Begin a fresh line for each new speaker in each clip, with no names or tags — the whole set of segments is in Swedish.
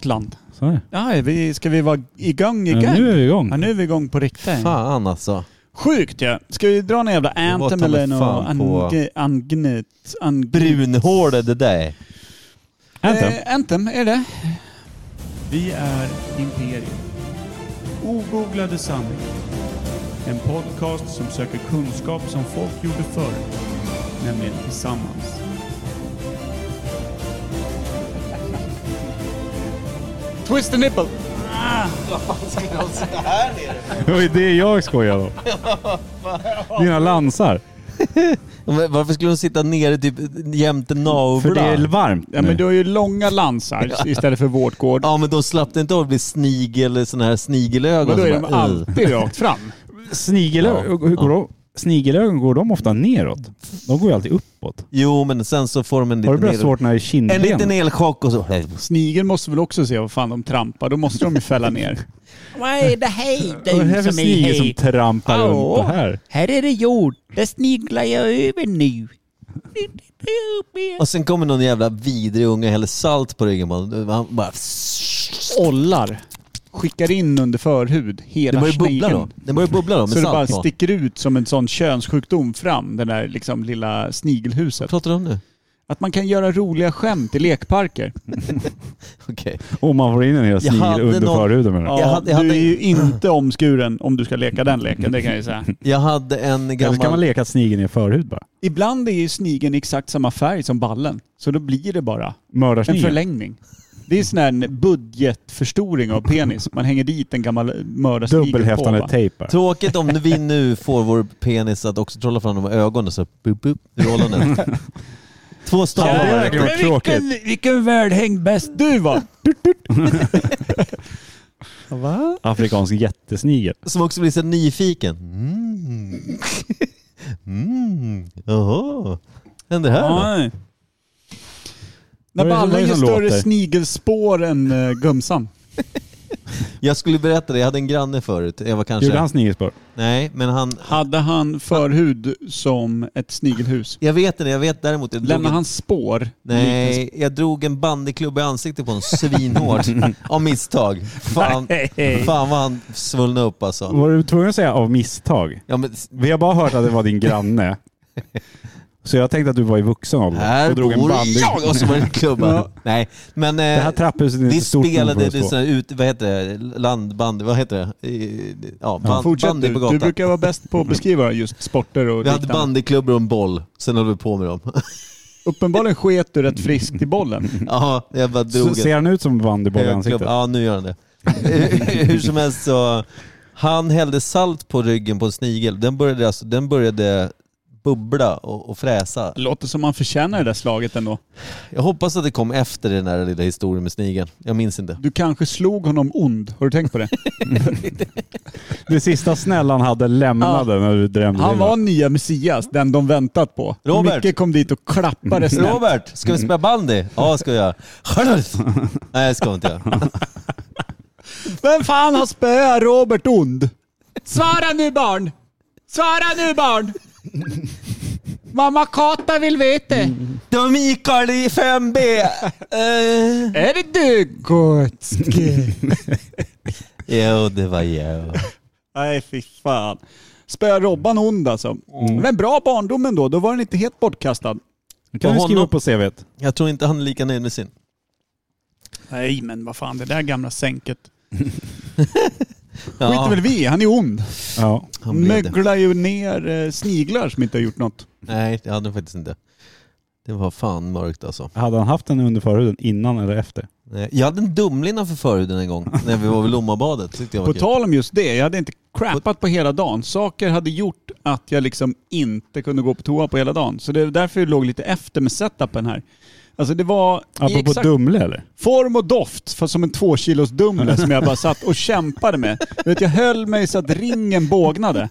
Gotland.
Så här.
Ja, vi, ska vi vara igång igång?
Ja, nu är vi igång.
Ja, nu är vi igång på riktigt.
Fan alltså.
Sjukt ju. Ja. Ska vi dra någon jävla
var
anthem
ta mig
eller något
fan på-
ange- angnet? Ang...
Brunhård det där.
Anthem.
Eh, anthem, är det? Vi är Imperiet. Ogooglade sanningar.
En podcast som söker kunskap som folk gjorde förr, nämligen tillsammans.
Twist the nipple.
Det var ju det jag skojade om. Dina lansar.
Men Varför skulle de sitta nere typ jämte
För det
navlar?
är varmt
Ja, men
nu.
du har ju långa lansar istället för vårtgård.
Ja men då slapp det inte av att bli snigel eller sådana här snigelögon.
Men då är
som
de
bara, "Ugh."
alltid rakt fram.
Snigelö-
Ja.
går de- Snigelögon går de ofta neråt? De går ju alltid uppåt.
Jo men sen så får de
Har
en
du
liten, el...
bröstvårtorna i
en liten
kindbenen?
elchock och så.
Snigeln måste väl också se vad fan de trampar. Då måste de ju fälla ner.
Vad är det här
Vad är det här
du
för
som är
snigel som
här?
trampar
Ja.
runt det här?
Här är det jord. Där sniglar jag över nu.
Och sen kommer någon jävla vidrig unge och häller salt på ryggen på honom. Han bara...
Ollar. Skickar in under förhud
Det
hela
börjar bubbla då.
snigeln.
Det börjar bubbla då med
Så det bara
salt på.
sticker ut som en sån könssjukdom fram, det där liksom lilla
Vad
snigelhuset.
pratar du om nu?
Att man kan göra roliga skämt i lekparker.
Okej.
Om man får in en hel snigel
hade
under
någon-
förhuden menar du?
Ja,
Jag hade- jag
Du
hade-
är ju inte omskuren om du ska leka den leken, det kan jag ju säga.
Jag hade en
Eller ska man
gammal...
leka att snigeln är förhud bara?
Ibland är ju snigeln exakt samma färg som ballen, så då blir det bara en
Mördarsnigeln?
förlängning. Det är sån här budgetförstoring av penis. Man hänger dit en gammal mördarsnigel
Dubbelhäftande
va?
tejp bara.
Tråkigt om vi nu får vår penis att också trolla fram de här ögonen så bup, bup, ur ollonet. Två
Ja, det är
stavar.
verkligen tråkigt.
vilken välhängd bäst du var!
Afrikansk jättesnigel.
Som också blir så nyfiken. Mm. Mm. Jaha. Händer här då?
Nej. När
Vad är det- vad
ballen
är det
ger
som
större
låter?
snigelspår än eh, gumsan.
Jag skulle berätta det. Jag hade en granne förut. Jag var
Gjorde
kanske...
han snigelspår?
Nej, men han...
Hade han förhud som ett snigelhus?
Jag vet det. Jag vet däremot... Jag drog
Lämnar
en-
han spår?
Nej, jag drog en bandyklubba i ansiktet på honom svinhårt. av misstag. Fan, fan vad han svullnade upp alltså.
Var du tvungen att säga av misstag?
Ja, men,
Vi har bara hört att det var din granne. Så jag tänkte att du var i vuxen ålder
här
och drog en
bor
bandy.
jag! Och så var det en klubba.
Ja.
Nej, men... eh,
Det
Eh,
här trapphuset är
Vi
inte stort nog för
spelade
oss
det
två.
sån här ut, vad heter det, landbandy, vad heter det? I- Ja,
Ja,
band,
fortsätt
bandy
du.
på
Du
gatan.
brukar vara bäst på att beskriva just sporter och
Vi hade
liknande.
bandyklubbor och en boll, sen höll vi på med dem.
Uppenbarligen sket du rätt friskt i bollen.
ja, jag bara
Så
drog
ser han ut som en bandyboll i ansiktet?
Ja, nu gör han det. Hur som helst så, han hällde salt på ryggen på en snigel. Den började, alltså, den började bubbla och, och fräsa.
Låter som man förtjänar det där slaget ändå.
Jag hoppas att det kom efter den där lilla historien med snigeln. Jag minns inte.
Du kanske slog honom ond. Har du tänkt på det?
Det sista snällan hade lämnade när du drömde.
Han var nya Messias, den de väntat på.
Robert. Mm.
Micke kom dit och klappade snällt.
Robert, ska vi spela bandy? Ja, ska jag. Nej, det ska vi inte göra.
Vem fan har spöat Robert ond? Svara nu barn! Svara nu barn! Mamma Kata vill veta.
Det var Mikael i 5B! Eh.
Är det du Gotske?
Jo, det var jag.
Nej fy fan. Spöa Robban ond alltså.
Mm.
Men bra barndom ändå, då var den inte helt bortkastad.
Kan du
På
skriva
honom-
upp på CVt?
Jag tror inte han är lika nöjd med sin.
Nej men vad fan, det där gamla sänket.
Ja,
Skiter väl vi han är ond.
Ja.
han blev det.
Möglar ju ner eh, sniglar som inte har gjort något.
Nej, det hade han faktiskt inte. Det var fan mörkt alltså.
Hade han haft den under förhuden innan eller efter?
Nej, Jag hade en dumlinna för förhuden en gång när vi var vid Lommabadet. Tyckte jag var
På
kul.
tal om just det, jag hade inte crappat på hela dagen. Saker hade gjort att jag liksom inte kunde gå på toa på hela dagen. Så det är därför jag låg lite efter med setupen här. Alltså det var i
Apropå
exakt
Dumle eller?
form och doft, fast som en tvåkilos Dumle som jag bara satt och kämpade med. Du vet, jag höll mig så att ringen bågnade.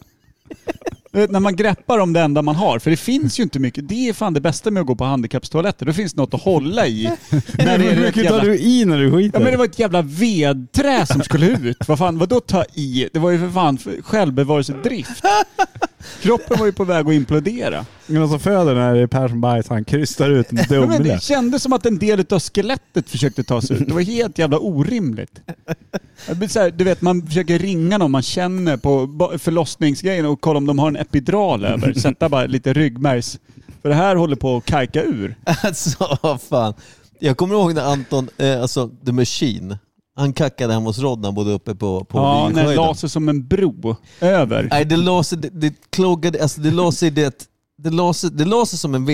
Du vet, när man greppar om det enda man har, för det finns ju inte mycket. Det är fan det bästa med att gå på handikappstoaletter. Då finns det något att hålla i. När det är
Hur
rätt
mycket tar
jävla
du i när du skiter?
Ja men det var ett jävla vedträ som skulle ut. Vad fan, vadå ta i? Det var ju för fan för självbevarelsedrift. Kroppen var ju på väg att implodera.
Någon som alltså, föder den här är Per som bajs. Han krystar ut en
Ja, men
dumle.
det kändes som att en del av skelettet försökte ta sig ut. Det var helt jävla orimligt. Det blir så här, du vet, man försöker ringa någon man känner på ba- förlossningsgrejen och kolla om de har en epidural över. Sätta bara lite ryggmärgs... För det här håller på att kajka ur.
Alltså, vad fan. Jag kommer ihåg när Anton, eh, alltså The Machine, han kackade hemma hos Rod när han bodde uppe på, på
Ja, när det
Vinhöjden.
la sig som en bro över.
Nej, det la sig, det, det kloggade, alltså det la sig, det, det la sig, det la sig som en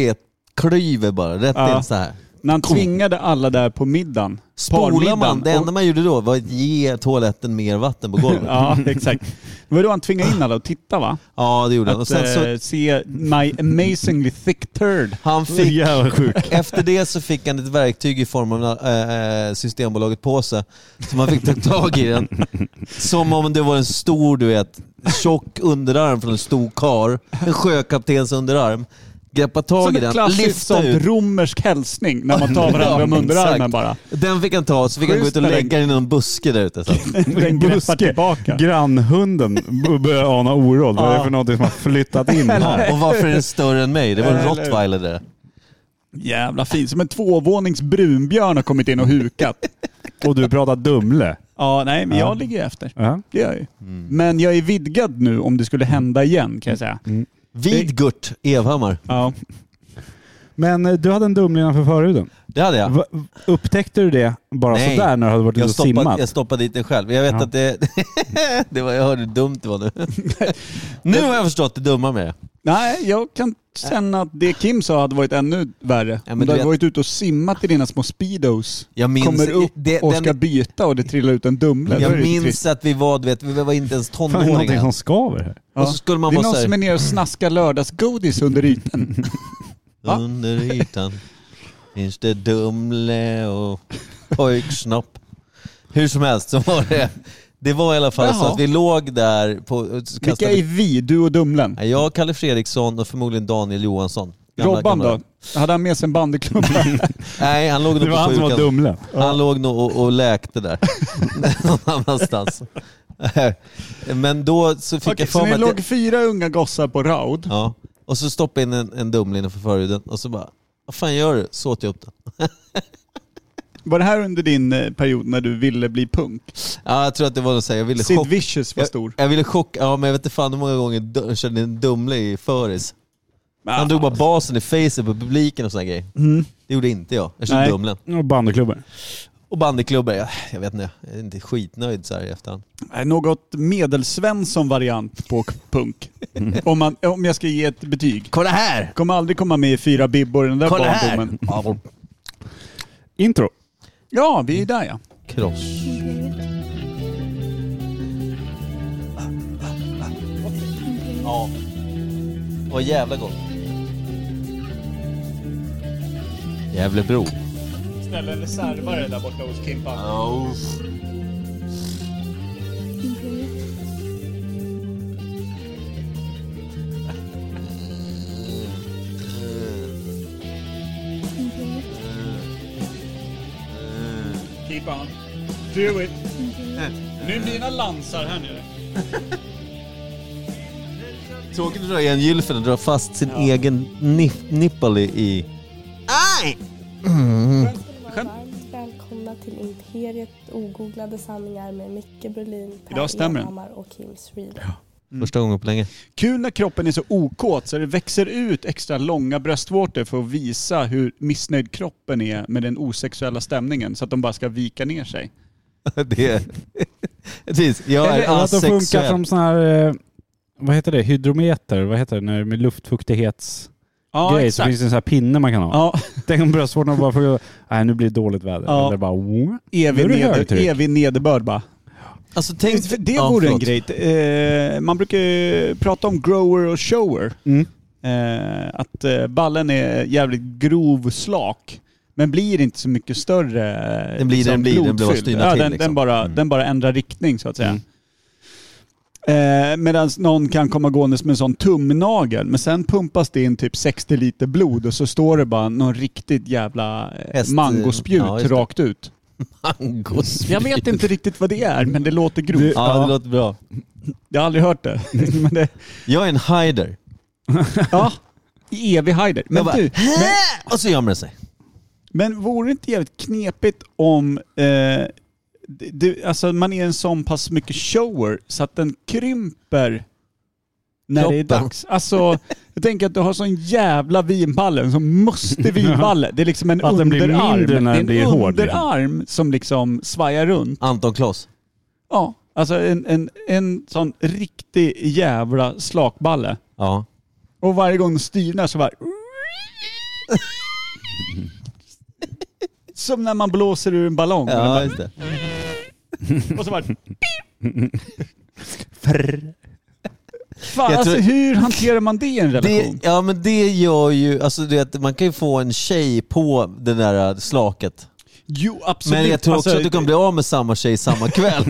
vetklyver bara, rätt
Ja.
in så här.
När han tvingade alla där på middagen.
Spolar man,
parmiddagen,
det enda
och-
man gjorde då var att ge toaletten mer vatten på golvet. ja.
Ja, exakt. Det var då han tvingade in alla och titta va?
det gjorde han. Och
Att
sen så,
eh, se My Amazingly Thick Turd.
han
Så
fick,
jävla sjuk.
efter det så fick han ett verktyg i form av äh, Systembolaget påse som han fick ta tag i den. Som om det var en stor, du vet, tjock underarm från en stor kar. En sjökaptens underarm. Greppa
Som
tag i
ett
den,
klassiskt
lyfta
sånt
ut.
romersk hälsning när man tar varandra om
Ja,
underarmen
exakt.
bara.
Den fick han ta, så fick han gå
Schysst
ut och
med
lägga den i någon buske där ute. Så.
Den greppar tillbaka.
Grannhunden b- börjar ana oråd. Vad är det för någonting som har flyttat in här?
Och varför är den större än mig? Det var en
Eller-
rottweiler där.
Jävla fin. Som en tvåvånings brunbjörn har kommit in och hukat.
Och du pratar Dumle.
Ja, nej, men
Ja.
jag ligger ju efter.
Ja.
Det gör jag ju.
Mm.
Men jag är vidgad nu om det skulle hända igen kan jag säga.
Mm. Vidgurt Evhammar.
Ja.
Men eh, du hade en Dumle innanför förhuden.
Det hade jag.
Va- Upptäckte du det bara
Nej.
sådär när du hade varit ute
Jag
och
stoppade,
simmat?
jag stoppade dit den själv. Jag vet
Ja.
att det... det var, jag hörde hur dumt det var nu. nu har jag förstått det dumma med det.
Nej, jag kan känna att det Kim sa hade varit ännu värre.
men
Om
du
du hade
vet-
varit ute och simmat i dina små speedos.
Jag minns,
kommer upp
det,
och
den-
ska byta och det trillar ut en Dumle. Då är
jag
det ju trist.
minns att vi var, du vet, vi var inte ens
Fan, det är någonting
tonåringar.
som skaver här.
Och så skulle man
det är
vara
någon
så här-
som är nere och snaskar lördagsgodis under ytan. Va?
Under ytan finns det Dumle och pojksnopp. Hur som helst så var det. Det var i alla fall så
Jaha.
att vi låg där på... och
Vilka
kastade-
är vi? Du och Dumlen?
Nej, Jag, Kalle Fredriksson och förmodligen Daniel Johansson. Gamla-
Robban
gamla-
då? Hade han med sig en bandyklubba?
Nej, han låg nog
Det var
på
han som var
sjukan.
Dumle.
Han låg nog och, och läkte där. Någon annanstans. Men då så fick
Okej,
jag
så
för mig
ni
att...
låg
det-
fyra unga gossar på raud.
Ja. Och så stoppade jag in en, en Dumle innanför förhuden och så bara, vad fan gör du? Så åt jag upp den.
Var det här under din eh, period när du ville bli punk?
Ja, jag tror att det var något så här, jag ville
Sid
chock-
Vicious var stor.
Jag, jag ville chocka, ja men jag vet inte fan hur många gånger d- jag körde en Dumle i föris. Han drog bara basen i facet på publiken och såna grejer. Det gjorde inte jag. Jag körde
Nej.
Dumlen.
Och bandyklubbar.
Och bandyklubbar, jag, jag vet inte, jag är inte skitnöjd så här i efterhand.
Nej, Något medelsvensson variant på k- punk. om, man, om jag ska ge ett betyg.
Kolla här!
Kommer aldrig komma med i fyra bibbor i den där
Kolla här!
barndomen.
Intro.
Ja, vi är där ja.
Kross. Ja. Åh jävla gott. Gävlebro.
Ställ en reservare där borta hos Kimpa.
Ja, uff.
Keep on. Do it. Nu är mina lansar här nere.
Tråkigt att dra igen gylfen och dra fast sin egen nip- nipple i- i...
Varmt välkomna till Imperiet ogooglade sanningar med Micke Berlin,
Idag
Per
stämmer den.
Evhammar och Kim Sweden.
Första gången på länge.
Kul när kroppen är så okåt så det växer ut extra långa bröstvårtor för att visa hur missnöjd kroppen är med den osexuella stämningen så att de bara ska vika ner sig.
det är... Precis, jag är
Eller att de funkar
asexuell.
som sån här, eh, vad heter det, hydrometer? Vad heter det när det är med luftfuktighets...
Ja,
grej, så finns det en sån här pinne man kan ha.
Ja,
Tänk om bröstvårtorna bara får... Nej, nu blir det dåligt väder.
Ja.
Eller bara... Mm. "Wah."
evig,
Nu är det
neder,
högtryck.
evig nederbörd bara.
Alltså tänk...
För Det
Ja,
vore en
förlåt.
grej. Eh, man brukar ju prata om grower och shower.
Mm.
Eh, att eh, ballen är jävligt grov slak. Men blir inte så mycket större. eh,
Den blir den blir, den blir bara
blodfylld.
styna
ja,
till,
den,
liksom.
den, bara,
Mm.
den bara ändrar riktning så att säga. Eh, Medan någon kan komma gåendes med en sån tumnagel. Men sen pumpas det in typ 60 liter blod och så står det bara någon riktigt jävla eh,
Häst-
mangospjut
ja, just det.
rakt ut.
Mangos.
Jag vet inte riktigt vad det är, men det låter grovt.
Ja, det låter bra.
Jag har aldrig hört det. Men det
Jag är en hider.
ja, i evig hajder. Men
jag bara,
du, men,
"Hä?" Och så gömmer den sig.
men vore det inte jävligt knepigt om eh, det- det, alltså man är en sån pass mycket shower så att den krymper när det är
Kroppen.
dags? Alltså, jag tänker att du har sån jävla vinballe, en sån mustig vinballe. Det är liksom en
Att den blir
underarm.
mindre när
det är en
den blir hård, liksom.
underarm som liksom svajar runt.
Anton Kloss.
Ja, alltså en, en, en sån riktig jävla slakballe.
Ja.
Och varje gång den styrnar så bara... Som när man blåser ur en ballong.
Ja, just det.
Och så bara... Fan,
Jag tror-
alltså hur hanterar man det i en relation?
det. Ja, men det gör ju... Alltså, du vet, man kan ju få en tjej på det där äh, slaket.
Jo, absolut.
Men jag tror också
Alltså,
att du kan bli av med samma tjej samma kväll.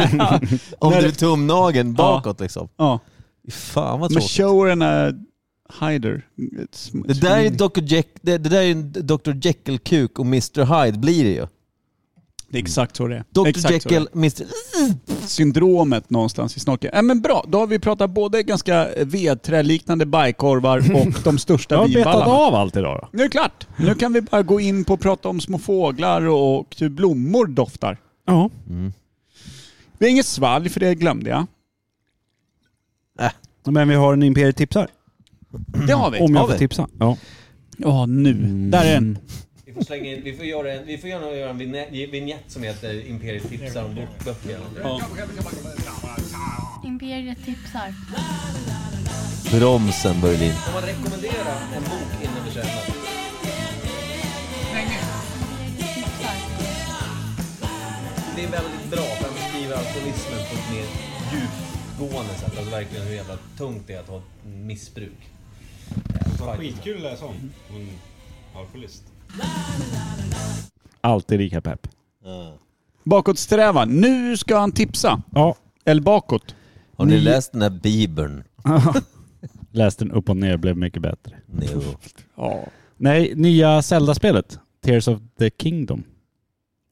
Om
När-
du är tumnagen bakåt liksom.
Ja,
Fan vad
men
tråkigt.
showern är hider. It's- Mm,
Det där är Dr. Jack, det, det där är en Dr. Jekyll-kuk och Mr. Hyde blir det ju.
Det är exakt så det är.
Dr.
Exakt så det är.
Jekyll, Mr.
syndromet någonstans i snorken. Äh, men bra, då har vi pratat både ganska vedträliknande bajkorvar och de
Jag
största
har betat
vinballarna.
av allt idag då.
Nu är det klart! Nu kan vi bara gå in på att prata om små fåglar och hur blommor doftar.
Ja.
Vi har inget svalg för det glömde jag.
Men vi har en Imperietipsare.
Det har vi.
Om
Har
jag får
vi?
tipsa. Ja.
Ja, nu.
Mm.
Där är den.
Vi får, slänga in, vi får göra en, vi får göra, göra en vignett som heter Imperiet tipsar om böcker.
Imperiet tipsar.
Bromsen Berlin.
Tipsar.
Det är väldigt bra för att beskriva alkoholismen på ett mer djupgående sätt. Alltså verkligen hur jävla tungt det är att ha ett missbruk.
Skitkul att läsa om. Hon är alkoholist.
Alltid lika pepp.
Bakåtsträva. Nu ska han tipsa.
Ja.
Eller bakåt.
Har ni läst den här bibeln?
Läste den upp och ner, blev mycket bättre.
Jo.
Ja.
Nej, nya Zelda-spelet. Tears of the Kingdom.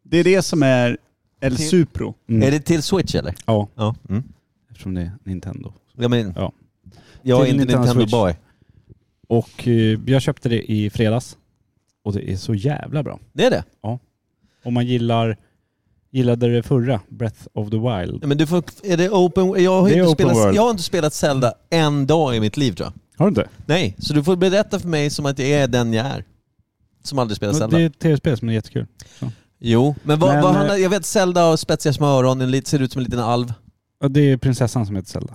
Det är det som är El Supro.
Mm.
Är det till Switch eller?
Ja.
Ja. Mm.
Eftersom det är Nintendo.
ja, men,
Ja.
Jag är
Till
inte
Nintendo
Nintendo
Switch.
boy.
Och eh, jag köpte det i fredags. Och det är så jävla bra.
Det är det?
Om man gillar, gillade det förra, Breath of the Wild.
Ja, men du får, är det open, jag, har
Det
ju
är
inte
open
spelat,
world.
jag har inte spelat Zelda en dag i mitt liv tror jag.
Har du inte?
Nej, så du får berätta för mig som att jag är den jag är. Som aldrig spelat Zelda.
Det är ett tv-spel som är jättekul.
Jo, men, vad,
Men,
vad
eh,
handlar, jag vet Zelda har spetsiga små öron, en lit, ser ut som en liten alv.
Ja, Det är prinsessan som heter Zelda.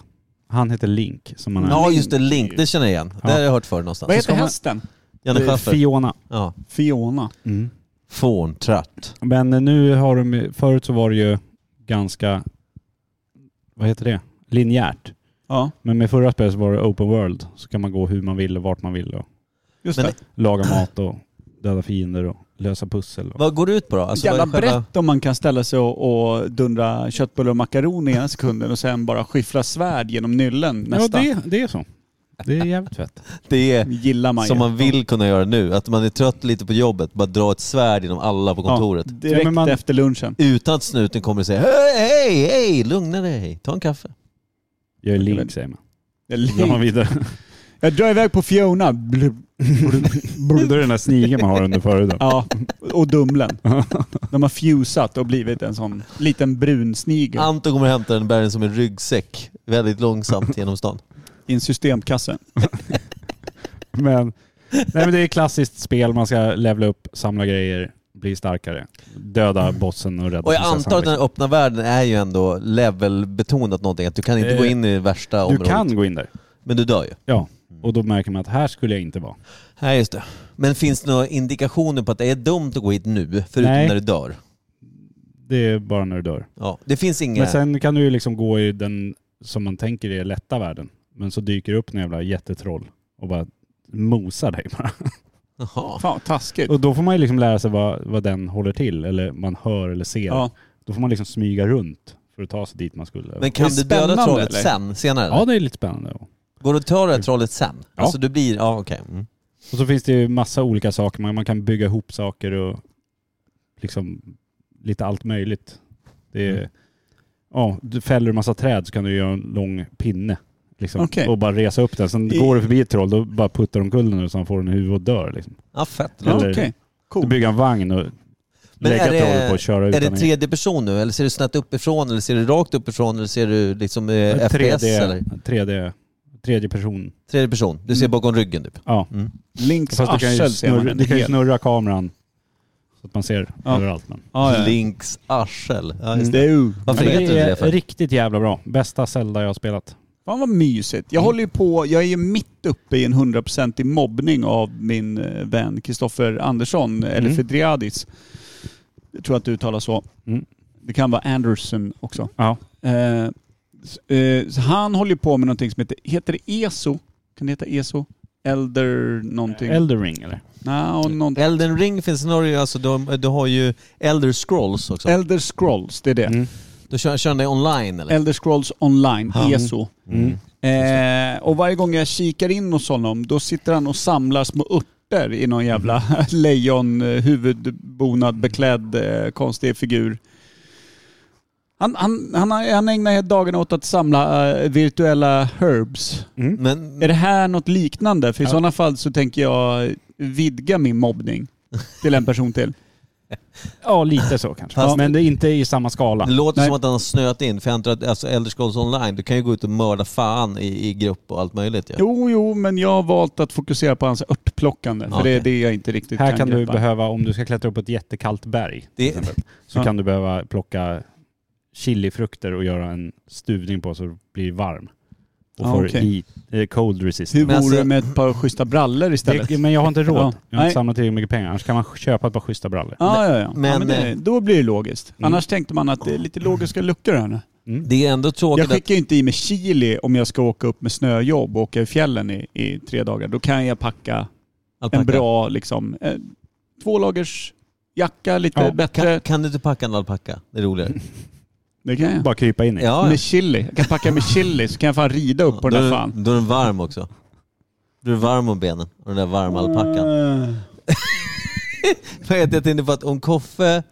Han heter Link som han är.
Ja just det, Link, det känner jag igen.
Ja.
Det har jag hört förr någonstans.
Vad heter
ska man-
hästen?
Janne
Eh,
Schaffer.
Fiona.
Ja.
Fiona.
Mm.
Fåntratt.
Men eh, nu har de, ju- förut så var det ju ganska, vad heter det, linjärt.
Ja,
Men med förra spelet så var det open world. Så kan man gå hur man vill och vart man vill och
just
Men alltså,
det.
laga mat och döda fiender och lösa pussel. Och...
Vad går det ut på då? Alltså,
Jävla
vad är själva-
brett om man kan ställa sig och, och dundra köttbullar och makaroner ena sekunden och sen bara skiffla svärd genom nyllen
Ja
nästa.
det, det är så. Det är jävligt fett.
Det är
gillar man ju.
som man vill kunna göra nu. Att man är trött lite på jobbet, bara dra ett svärd genom alla på kontoret.
Ja, direkt
Ja, men man-
efter lunchen.
Utan att snuten kommer och säger hej, hej, hej, lugna dig, ta en kaffe.
Jag är Link säger man.
Jag,
Då går man vidare.
jag drar iväg på Fiona. Blub.
Då är det den där snigeln man har under förhuden.
Ja, och Dumlen. De har fusat och blivit en sån liten brun snigel
Anton kommer och hämtar den bären som en ryggsäck väldigt långsamt genom stan.
i en systemkasse.
Men, nej, men det är ett klassiskt spel. Man ska levla upp, samla grejer, bli starkare. Döda bossen och rädda
Och jag
prinsessan,
antar att
liksom.
den öppna världen är ju ändå levelbetonat någonting. Att du kan inte
Eh,
gå in i det värsta
Du
området. Mm.
kan gå in där.
Men du dör ju.
Ja. Och då märker man att här skulle jag inte vara.
Nej, just det. Men finns det några indikationer på att det är dumt att gå hit nu? Förutom
Nej.
när du dör.
Det är bara när du dör.
Ja, det finns inga...
Men sen kan du ju liksom gå i den som man tänker är lätta världen. Men så dyker det upp en jävla jättetroll och bara mosar dig bara.
Jaha.
Fan vad taskigt.
Och då får man ju liksom lära sig vad, vad den håller till, eller man hör eller ser.
Ja.
Då får man liksom smyga runt för att ta sig dit man skulle.
Men kan
Det är
du döda
spännande,
trollet
eller? Mm.
sen? Senare?
ja, det är lite spännande. ja.
Går du att ta det här trollet sen?
Ja.
Alltså du blir... Ja, okej. Mm.
Och så finns det ju massa olika saker. Man, man kan bygga ihop saker och liksom lite allt möjligt. Det är,
Mm.
ja, du fäller en massa träd så kan du göra en lång pinne. Liksom,
Okej.
Och bara resa upp den. Sen
I-
går du förbi ett troll, då bara puttar de kullen nu så han får en huvud och dör. Liksom.
Ja, fett.
Ja,
Eller-
Okej,
Du
cool.
bygger en vagn och
Oh. Men
lägga
är det-
trollet på och köra ut
Är det
den igen.
tredje person nu eller ser du snett uppifrån eller ser du rakt uppifrån eller ser du liksom eh, FPS
3D,
eller?
3D, tredje person.
Tredje person. Du ser
Mm.
bakom ryggen typ.
Ja.
Links
Fast du kan ju
arsel ser man.
snurra,
den
du kan ju
helt.
snurra kameran så att man ser
Ja.
överallt. Men.
Ja, ja.
Links arsel. Ja, just
Mm.
det.
Du.
Varför
Men
heter du det
är
för?
riktigt jävla bra. Bästa Zelda jag har spelat.
Fan vad mysigt.
Mm.
Jag håller ju på, jag är ju mitt uppe i en hundraprocentig mobbning av min eh, vän Kristoffer Andersson, eller
Mm.
Fedriadis. Jag tror att du uttalar så.
Mm.
Det kan vara Anderson också.
Ja.
Eh, s- eh, så han håller ju på med någonting som heter, heter det ESO? Kan det heta ESO? Elder någonting?
Elder Ring eller?
Nå, någonting.
Elden ring finns i Norge, alltså du, du har ju Elder scrolls också.
Elder Scrolls, det är det.
Mm.
du kör, kör den online eller?
Elder Scrolls online,
Ja.
ESO.
Mm.
Eh, och varje gång jag kikar in hos honom, då sitter han och samlar små örter i någon jävla
Mm.
lejon, eh, huvudbonad, beklädd, eh, konstig figur. Han, han, han, han ägnar hela dagarna åt att samla eh, virtuella herbs.
Men,
Är det här något liknande? För i
Mm. Ja.
sådana fall så tänker jag vidga min mobbning till en person till.
Ja, lite så kanske.
Fast-
Men det är inte i samma skala.
Det låter
Nej.
som att han har snöat in, för jag antar att alltså, Elder Scrolls online, du kan ju gå ut och mörda fan i, i grupp och allt möjligt. Ja.
Jo, jo, men jag har valt att fokusera på hans örtplockande. För det är
Okej.
det jag inte riktigt
Här kan du
greppa.
behöva, om du ska klättra upp på ett jättekallt berg, till
Det-
exempel, så
Ja.
kan du behöva plocka chilifrukter och göra en stuvning på så det blir varm. Och
Ja,
får
okej.
heat, eh, cold resist.
Hur
Men
vore det
alltså-
med ett par schyssta brallor istället?
Det, men jag har inte råd.
Ja.
Jag har
Nej.
inte samlat tillräckligt mycket pengar. Annars kan man köpa ett par schyssta brallor.
Ja, ja, ja. Men, ja,
men,
men det,
eh,
då blir det logiskt.
Mm.
Annars tänkte man att det är lite logiska luckor här nu.
Mm.
Det är ändå
Jag
tråkigt att
skickar ju inte i mig chili om jag ska åka upp med snöjobb och åka i fjällen i, i tre dagar. Då kan jag packa
alpacka-
en bra, liksom, eh, tvålagers jacka lite
Ja,
bättre.
Kan, kan du inte packa en alpacka? Det är roligare.
Det kan jag.
Bara krypa in i.
Ja,
Med chili. Jag kan packa med chili så kan jag fan rida upp på den där
då,
fan.
är- då är den varm också. Du är varm om benen och den där varma alpackan.
Eh,
Jag vet, jag tänkte på att om Koffe,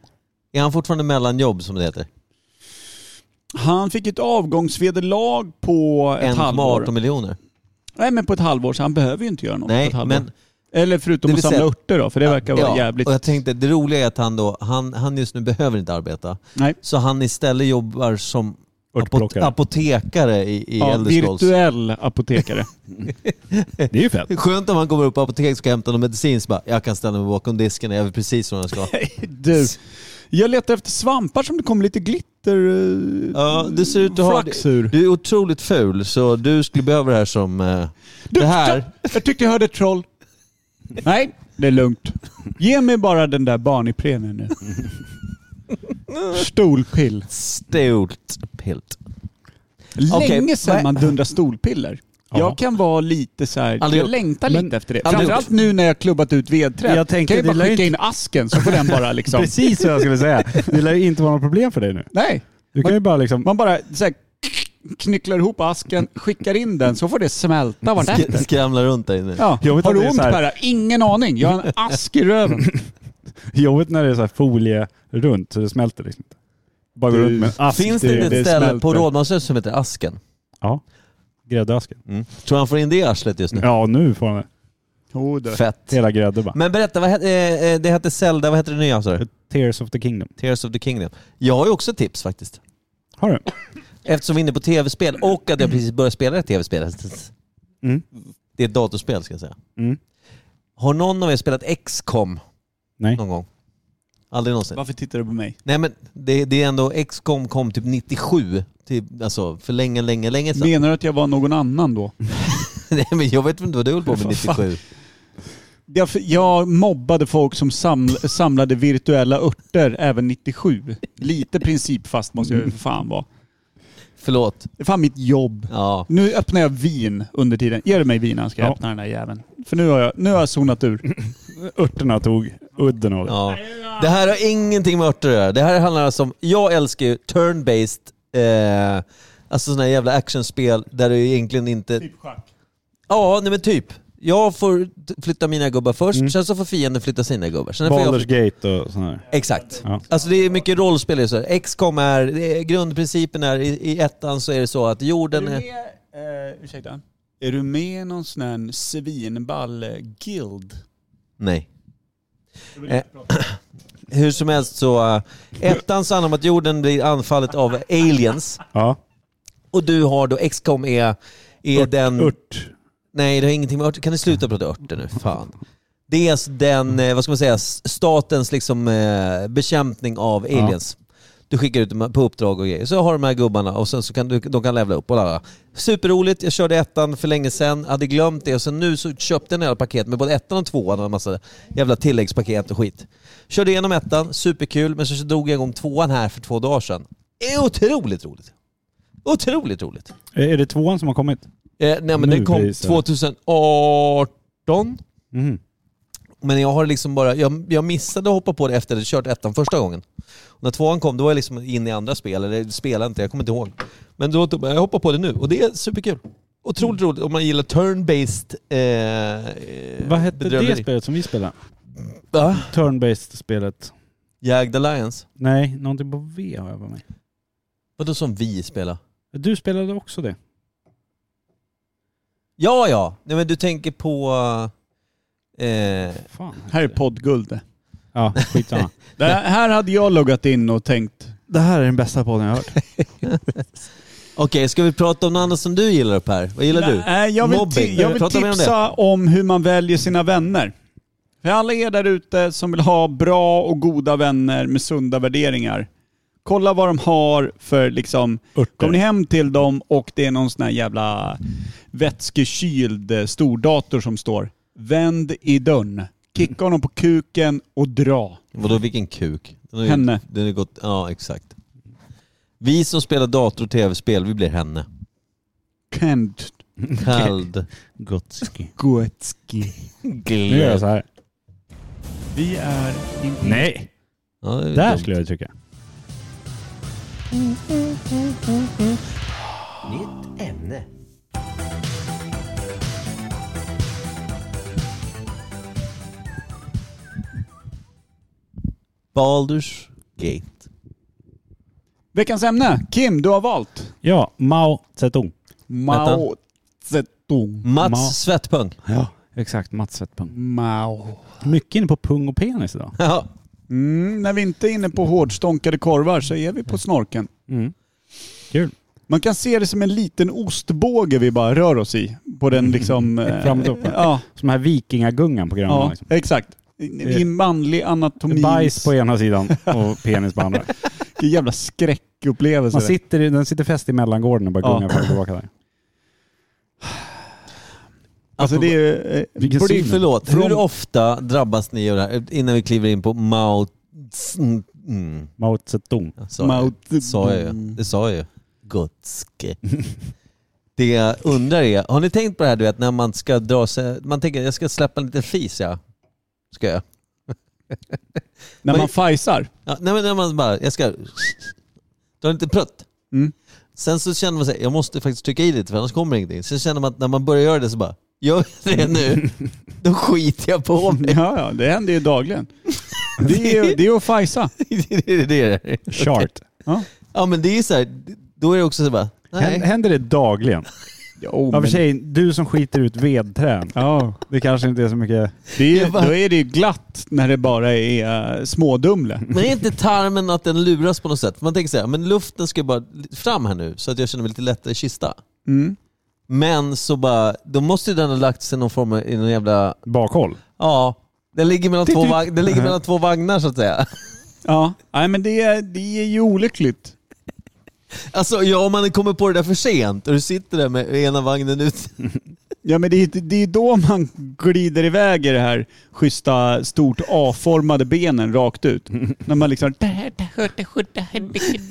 är han fortfarande mellanjobb som det heter?
Han fick ett avgångsvederlag på ett
En på
halvår.
18 miljoner?
Nej men på ett halvår så han behöver ju inte göra något på
Nej,
ett halvår.
men
Eller förutom
Det
att
vill
samla
säga-
örter då, för det verkar vara
Ja,
jävligt...
Och jag tänkte, det roliga är att han då, han, han just nu behöver inte arbeta.
Nej.
Så han istället jobbar som apote-
Örtplockare.
apotekare i, i
Ja,
Elder Scrolls.
virtuell apotekare.
Det är ju fett.
Skönt om han kommer upp på apoteket och ska hämta någon medicin så bara, jag kan ställa mig bakom disken, jag vet precis vad jag ska.
du, jag letar efter svampar som det kommer lite glitter... eh,
Ja, det ser ut att ha-
flax ur.
Du är otroligt ful så du skulle behöva det här som... eh,
Du,
det här.
Jag, jag tyckte jag hörde ett troll. Nej, det är lugnt. Ge mig bara den där barnipremien nu. Stolpill.
Stolt pilt. Okej,
Länge sedan
men-
man dundrar stolpiller.
Ja.
Jag kan vara lite så här,
Aldrig
jag
gjort.
längtar
Men-
lite efter det.
aldrig
Framförallt nu när jag klubbat ut vedträd.
Jag tänkte,
kan
det
jag ju
lär
bara
ju
skicka in
inte-
asken så får den bara liksom...
Precis vad jag skulle säga. Det lär ju inte vara något problem för dig nu.
Nej,
Du kan ju bara liksom...
Man bara så här, knycklar ihop asken, skickar in den, så får det smälta
Sk-
vartefter.
skramlar runt där inne.
Ja.
Jag vet
Har
att
du
det är
ont
så här-
Perra? Ingen aning. Jag har en ask i röven.
Jobbigt när det är så här folie runt så det smälter liksom inte. Bara gå
Du-
runt med en ask.
Finns det, inte
det
ett ställe
smälter.
på Rådmansö som heter Asken?
Ja. Gräddasken.
Mm. Tror han får in det i arslet just nu?
Ja, nu får han det. Oh,
Jo, du.
Fett.
Hela grädde bara.
Men berätta, vad hette, eh, eh, det hette Zelda, vad hette det nya sa du?
Tears of the Kingdom.
Tears of the Kingdom. Jag har ju också tips faktiskt.
Har du?
Eftersom vi är inne på tv-spel och att jag precis börjat spela ett tv-spel.
Mm.
Det är ett datorspel ska jag säga.
Mm.
Har någon av er spelat X-com
Nej.
någon gång? Aldrig någonsin?
Varför tittar du på mig?
Nej men det, det är ändå, X-com kom typ 97. Typ, alltså för länge, länge, länge sedan.
Menar du att jag var någon annan då?
Nej men jag vet inte vad du höll på med
Vad fan.
97.
Jag, jag mobbade folk som saml- samlade virtuella örter även 97. Lite principfast måste jag ju för fan vara.
Förlåt.
Det är fan mitt jobb.
Ja.
Nu öppnar jag vin under tiden. Ge mig vinan ska jag
Ja.
öppna den här jäveln. För nu har jag, nu har jag zonat ur.
Örterna tog udden av det.
Ja. Det här har ingenting med örter att göra. Det här handlar alltså om, jag älskar ju turn-based, eh, alltså sådana här jävla actionspel där du egentligen inte... Typ schack? Ja, nej men typ. jag får t- flytta mina gubbar först,
Mm.
sen så får fienden flytta sina gubbar. Sen får jag
Baldur's Gate och sådär. här.
Exakt.
Ja.
Alltså det är mycket rollspel. i det Så här. XCOM är, det är grundprincipen är, i, i ettan så är det så att jorden är...
med, eh, ursäkta. Är du med i någon sån här svinball eh, guild?
Nej. Eh, hur som helst så, eh, ettan så handlar om att jorden blir anfallet av aliens.
Ja.
Och du har då, XCOM är, är den...
Urt.
Nej, det har ingenting med örter Kan du sluta prata örter nu? Fan. Det är alltså den, eh, vad ska man säga, s- statens liksom, eh, bekämpning av aliens. Du skickar ut dem på uppdrag och grejer. Så jag har de här gubbarna och sen så kan du, de kan levla upp och lalla. Superroligt, jag körde ettan för länge sedan, hade glömt det och sen nu så köpte jag en jävla paket med både ettan och tvåan och en massa jävla tilläggspaket och skit. Körde igenom ettan, superkul, men så drog jag igång tvåan här för två dagar sedan. Det är otroligt roligt. Otroligt roligt.
Är är det tvåan som har kommit?
Eh, nej men
Nu
den kom
visar.
2018.
Mhm.
Men jag har liksom bara, jag, jag missade att hoppa på det efter att jag kört ettan första gången. Och när tvåan kom då var jag liksom inne i andra spel, eller spelade inte, jag kommer inte ihåg. Men då, jag hoppar på det nu och det är superkul. Otroligt roligt om man gillar turn-based eh, eh,
Vad hette
bedrövleri.
det spelet som vi spelade?
Va?
Turn-based spelet.
Jagged Alliance?
Nej, någonting på V har jag för mig.
Vadå som vi spelar?
Du spelade också det.
Ja, ja! Nej men du tänker på... Eh,
Fan.
Här är poddguld.
Ja, skitsamma.
Det här, här hade jag loggat in och tänkt
det här är den bästa podden jag har hört.
Okej, ska vi prata om något annat som du gillar Per? Vad gillar du?
Nej, jag vill,
Mobbing.
ti- jag vill
Prata mer om det.
tipsa om, hur man väljer sina vänner. För alla er där ute som vill ha bra och goda vänner med sunda värderingar. Kolla vad de har för liksom... Kommer ni hem till dem och det är någon sån här jävla vätskekyld eh, stordator som står Vänd i dörren. Kicka honom på kuken och dra.
Vadå vilken kuk? Den har ju-
Henne.
Den har ju gått, ja exakt. Vi som spelar dator och tv-spel, vi blir henne.
Kent
Kald.
Gotski.
Goetski.
Nu gör jag så här.
Vi är Imperiet.
Nej!
Ja, det är
Där
dumt.
skulle jag trycka.
Baldur's Gate.
Veckans ämne. Kim, du har valt.
Ja, Mao Zedong.
Mao Zedong.
Mats
Ma-
Svettpung.
Ja, exakt. Mats Zedong.
Mao.
Mycket inne på pung och penis idag.
Ja.
Mm, när vi inte är inne på hårdstånkade korvar så är vi på snorken.
Mm. Kul.
Man kan se det som en liten ostbåge vi bara rör oss i. På
Mm.
den liksom... eh,
Fram och upp, va?
Ja,
Som den här vikingagungan på Grönland.
ja
liksom.
exakt. I, I manlig anatomi.
Bajs på ena sidan och penis på andra.
Vilken jävla skräckupplevelse.
Man sitter, i- den sitter fäst i mellangården och bara
Ja.
gungar fram och tillbaka där.
alltså det är ju... eh,
Vilken
borde-
syn.
Förlåt,
Från-
hur ofta drabbas ni av det här? Innan vi kliver in på Mao... Mm, mm,
Mao Zedong.
jag sa
Mao
det. Sa jag ju.
Mm.
Det sa jag ju. Gotske. Det jag undrar är, har ni tänkt på det här du vet när man ska dra sig, man tänker jag ska släppa en liten fis ja. Ska jag?
När man fajsar.
Ja, nej men när man bara, jag ska dra lite prutt.
Mm.
Sen så känner man sig, jag måste faktiskt trycka i lite för annars kommer det ingenting. Sen känner man att när man börjar göra det så bara, gör jag det nu, då skiter jag på mig.
Ja, ja, det händer ju dagligen. Det är, ju- det är att fajsa.
det är det det är.
Chart.
Ja men det är ju så här, då är det också så bara,
Hän-
nej.
Händer det dagligen?
Jo,
Ja, för
men-
sig, du som skiter ut vedträn.
Ja.
Det kanske inte är så mycket...
Det är, då är det ju glatt när det bara är uh, smådumle.
Mm.
Men är inte tarmen att den luras på något sätt? Man tänker så här, men luften ska ju bara fram här nu så att jag känner mig lite lättare i kista.
Mm.
Men så bara, då måste ju den ha lagt sig någon form av, i någon jävla,
Bakhåll.
ja. Den ligger,
Typ-
mellan två, vag- den ligger mellan två vagnar så att säga.
Ja, nej men det, är- det är ju olyckligt.
Alltså ja, om man kommer på det där för sent och du sitter där med ena vagnen ut.
Ja men det är, det är då man glider iväg i det här schyssta, stort A-formade benen rakt ut. När man liksom...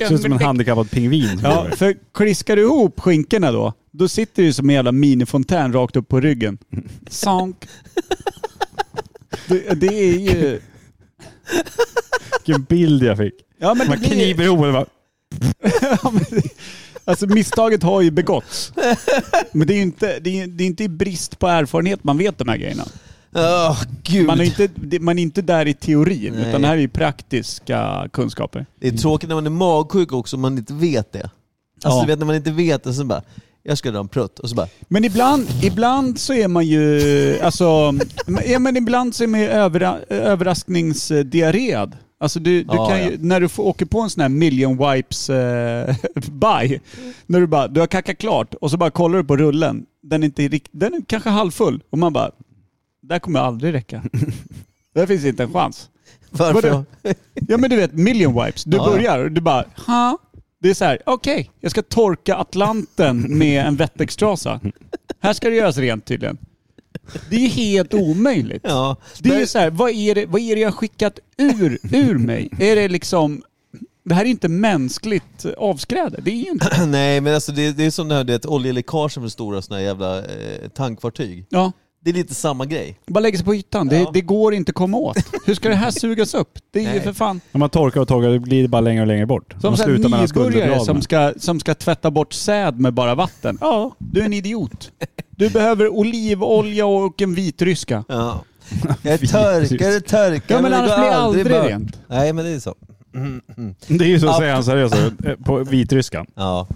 Ser ut som en handikappad pingvin.
Ja, för kliskar du ihop skinkorna då, då sitter det ju som en jävla minifontän rakt upp på ryggen. Sank. Det, det är ju...
Vilken bild jag fick.
Ja men det
Man
blir,
kniper ihop och bara...
ja, men det, Alltså misstaget har ju begåtts. Men det är ju inte, det är, det är inte i brist på erfarenhet man vet de här grejerna.
Åh, gud.
Man är inte, det- man är inte där i teorin,
Nej.
utan det här är ju praktiska kunskaper.
Det är tråkigt när man är magsjuk också om man inte vet det. Alltså
Ja.
du vet när man inte vet det så bara, jag ska dra en prutt. Och så bara,
Men ibland, ibland så är man ju, alltså, ja, men ibland så är man ju övera, överraskningsdiarréad. Alltså du, du
Ja,
kan ju,
ja.
när du får, åker på en sån här million wipes eh, buy, när du bara, du har kackat klart och så bara kollar du på rullen, den är, inte rikt, den är kanske halvfull och man bara, där kommer jag aldrig räcka. Där finns inte en chans.
varför?
Vadå? Ja men du vet, million wipes. Du
Ja, ja.
börjar och du bara, ha? Det är så här, okej, jag ska torka Atlanten med en wettextrasa. Här ska det göras rent tydligen. Det är ju helt omöjligt.
Ja.
Det är ju så här, vad är det, vad är det jag har skickat ur, ur mig? Är det liksom, det här är inte mänskligt avskräde. Det är ju inte.
Nej men alltså det, det är som det här du vet, oljeläckagen med stora såna här jävla eh, tankfartyg.
Ja,
Det är lite samma grej.
bara lägga sig på ytan. Det,
Ja.
det går inte att komma åt. Hur ska det här sugas upp? Det är ju
Nej.
för fan...
När man torkar och torkar, det glider bara längre och längre bort.
Som
man
en
slutar mellan
nybörjare
skulderbladen.
som ska, som ska tvätta bort säd med bara vatten. Ja, du är en idiot. Du behöver olivolja och en vitryska.
Ja. Jag törkar och törkar
Ja, men annars
det går
blir det aldrig
bort.
rent.
Nej men det är så. Mm, mm.
Det är ju så säger han seriöst, eh, på vitryskan.
Ja.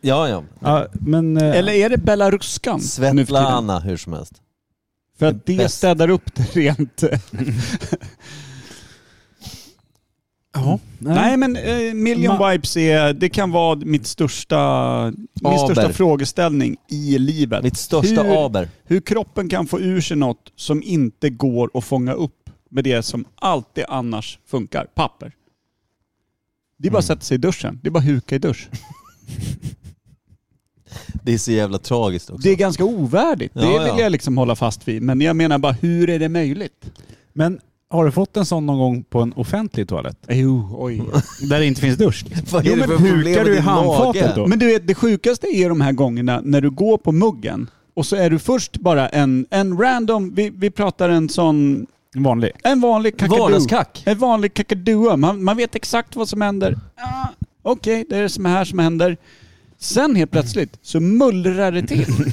ja, ja.
Ja, men... eh,
Eller är det belaruskan nu för tiden?
Svetlana hur som helst.
För att det
Bäst.
städar upp det rent.
Ja. Nej.
Nej men eh, million
Ma-
wipes är, det kan vara mitt största, min
Aber.
största frågeställning i livet.
Mitt största
hur,
aber.
hur kroppen kan få ur sig något som inte går att fånga upp med det som alltid annars funkar, papper. Det är bara att
Mm.
sätta sig i duschen. Det är bara att huka i dusch.
Det är så jävla tragiskt också.
Det är ganska ovärdigt. det
Ja,
vill
ja.
jag liksom hålla fast vid. Men jag menar bara, hur är det möjligt?
Men har du fått en sån någon gång på en offentlig toalett?
Jo, oj.
Där det inte finns dusch?
Vad är
Jo,
det
men
för
hukar
problem med
du i
din
handfatet
mage?
då?
Men du vet, det sjukaste är de här gångerna när du går på muggen och så är du först bara en, en random, vi, vi pratar en sån,
Vanlig.
en vanlig kakadu.
Vardagskack.
En vanlig kakadua. Man, man vet exakt vad som händer. Ah, Okej, det är det som är här som händer. Sen helt plötsligt så mullrar det till.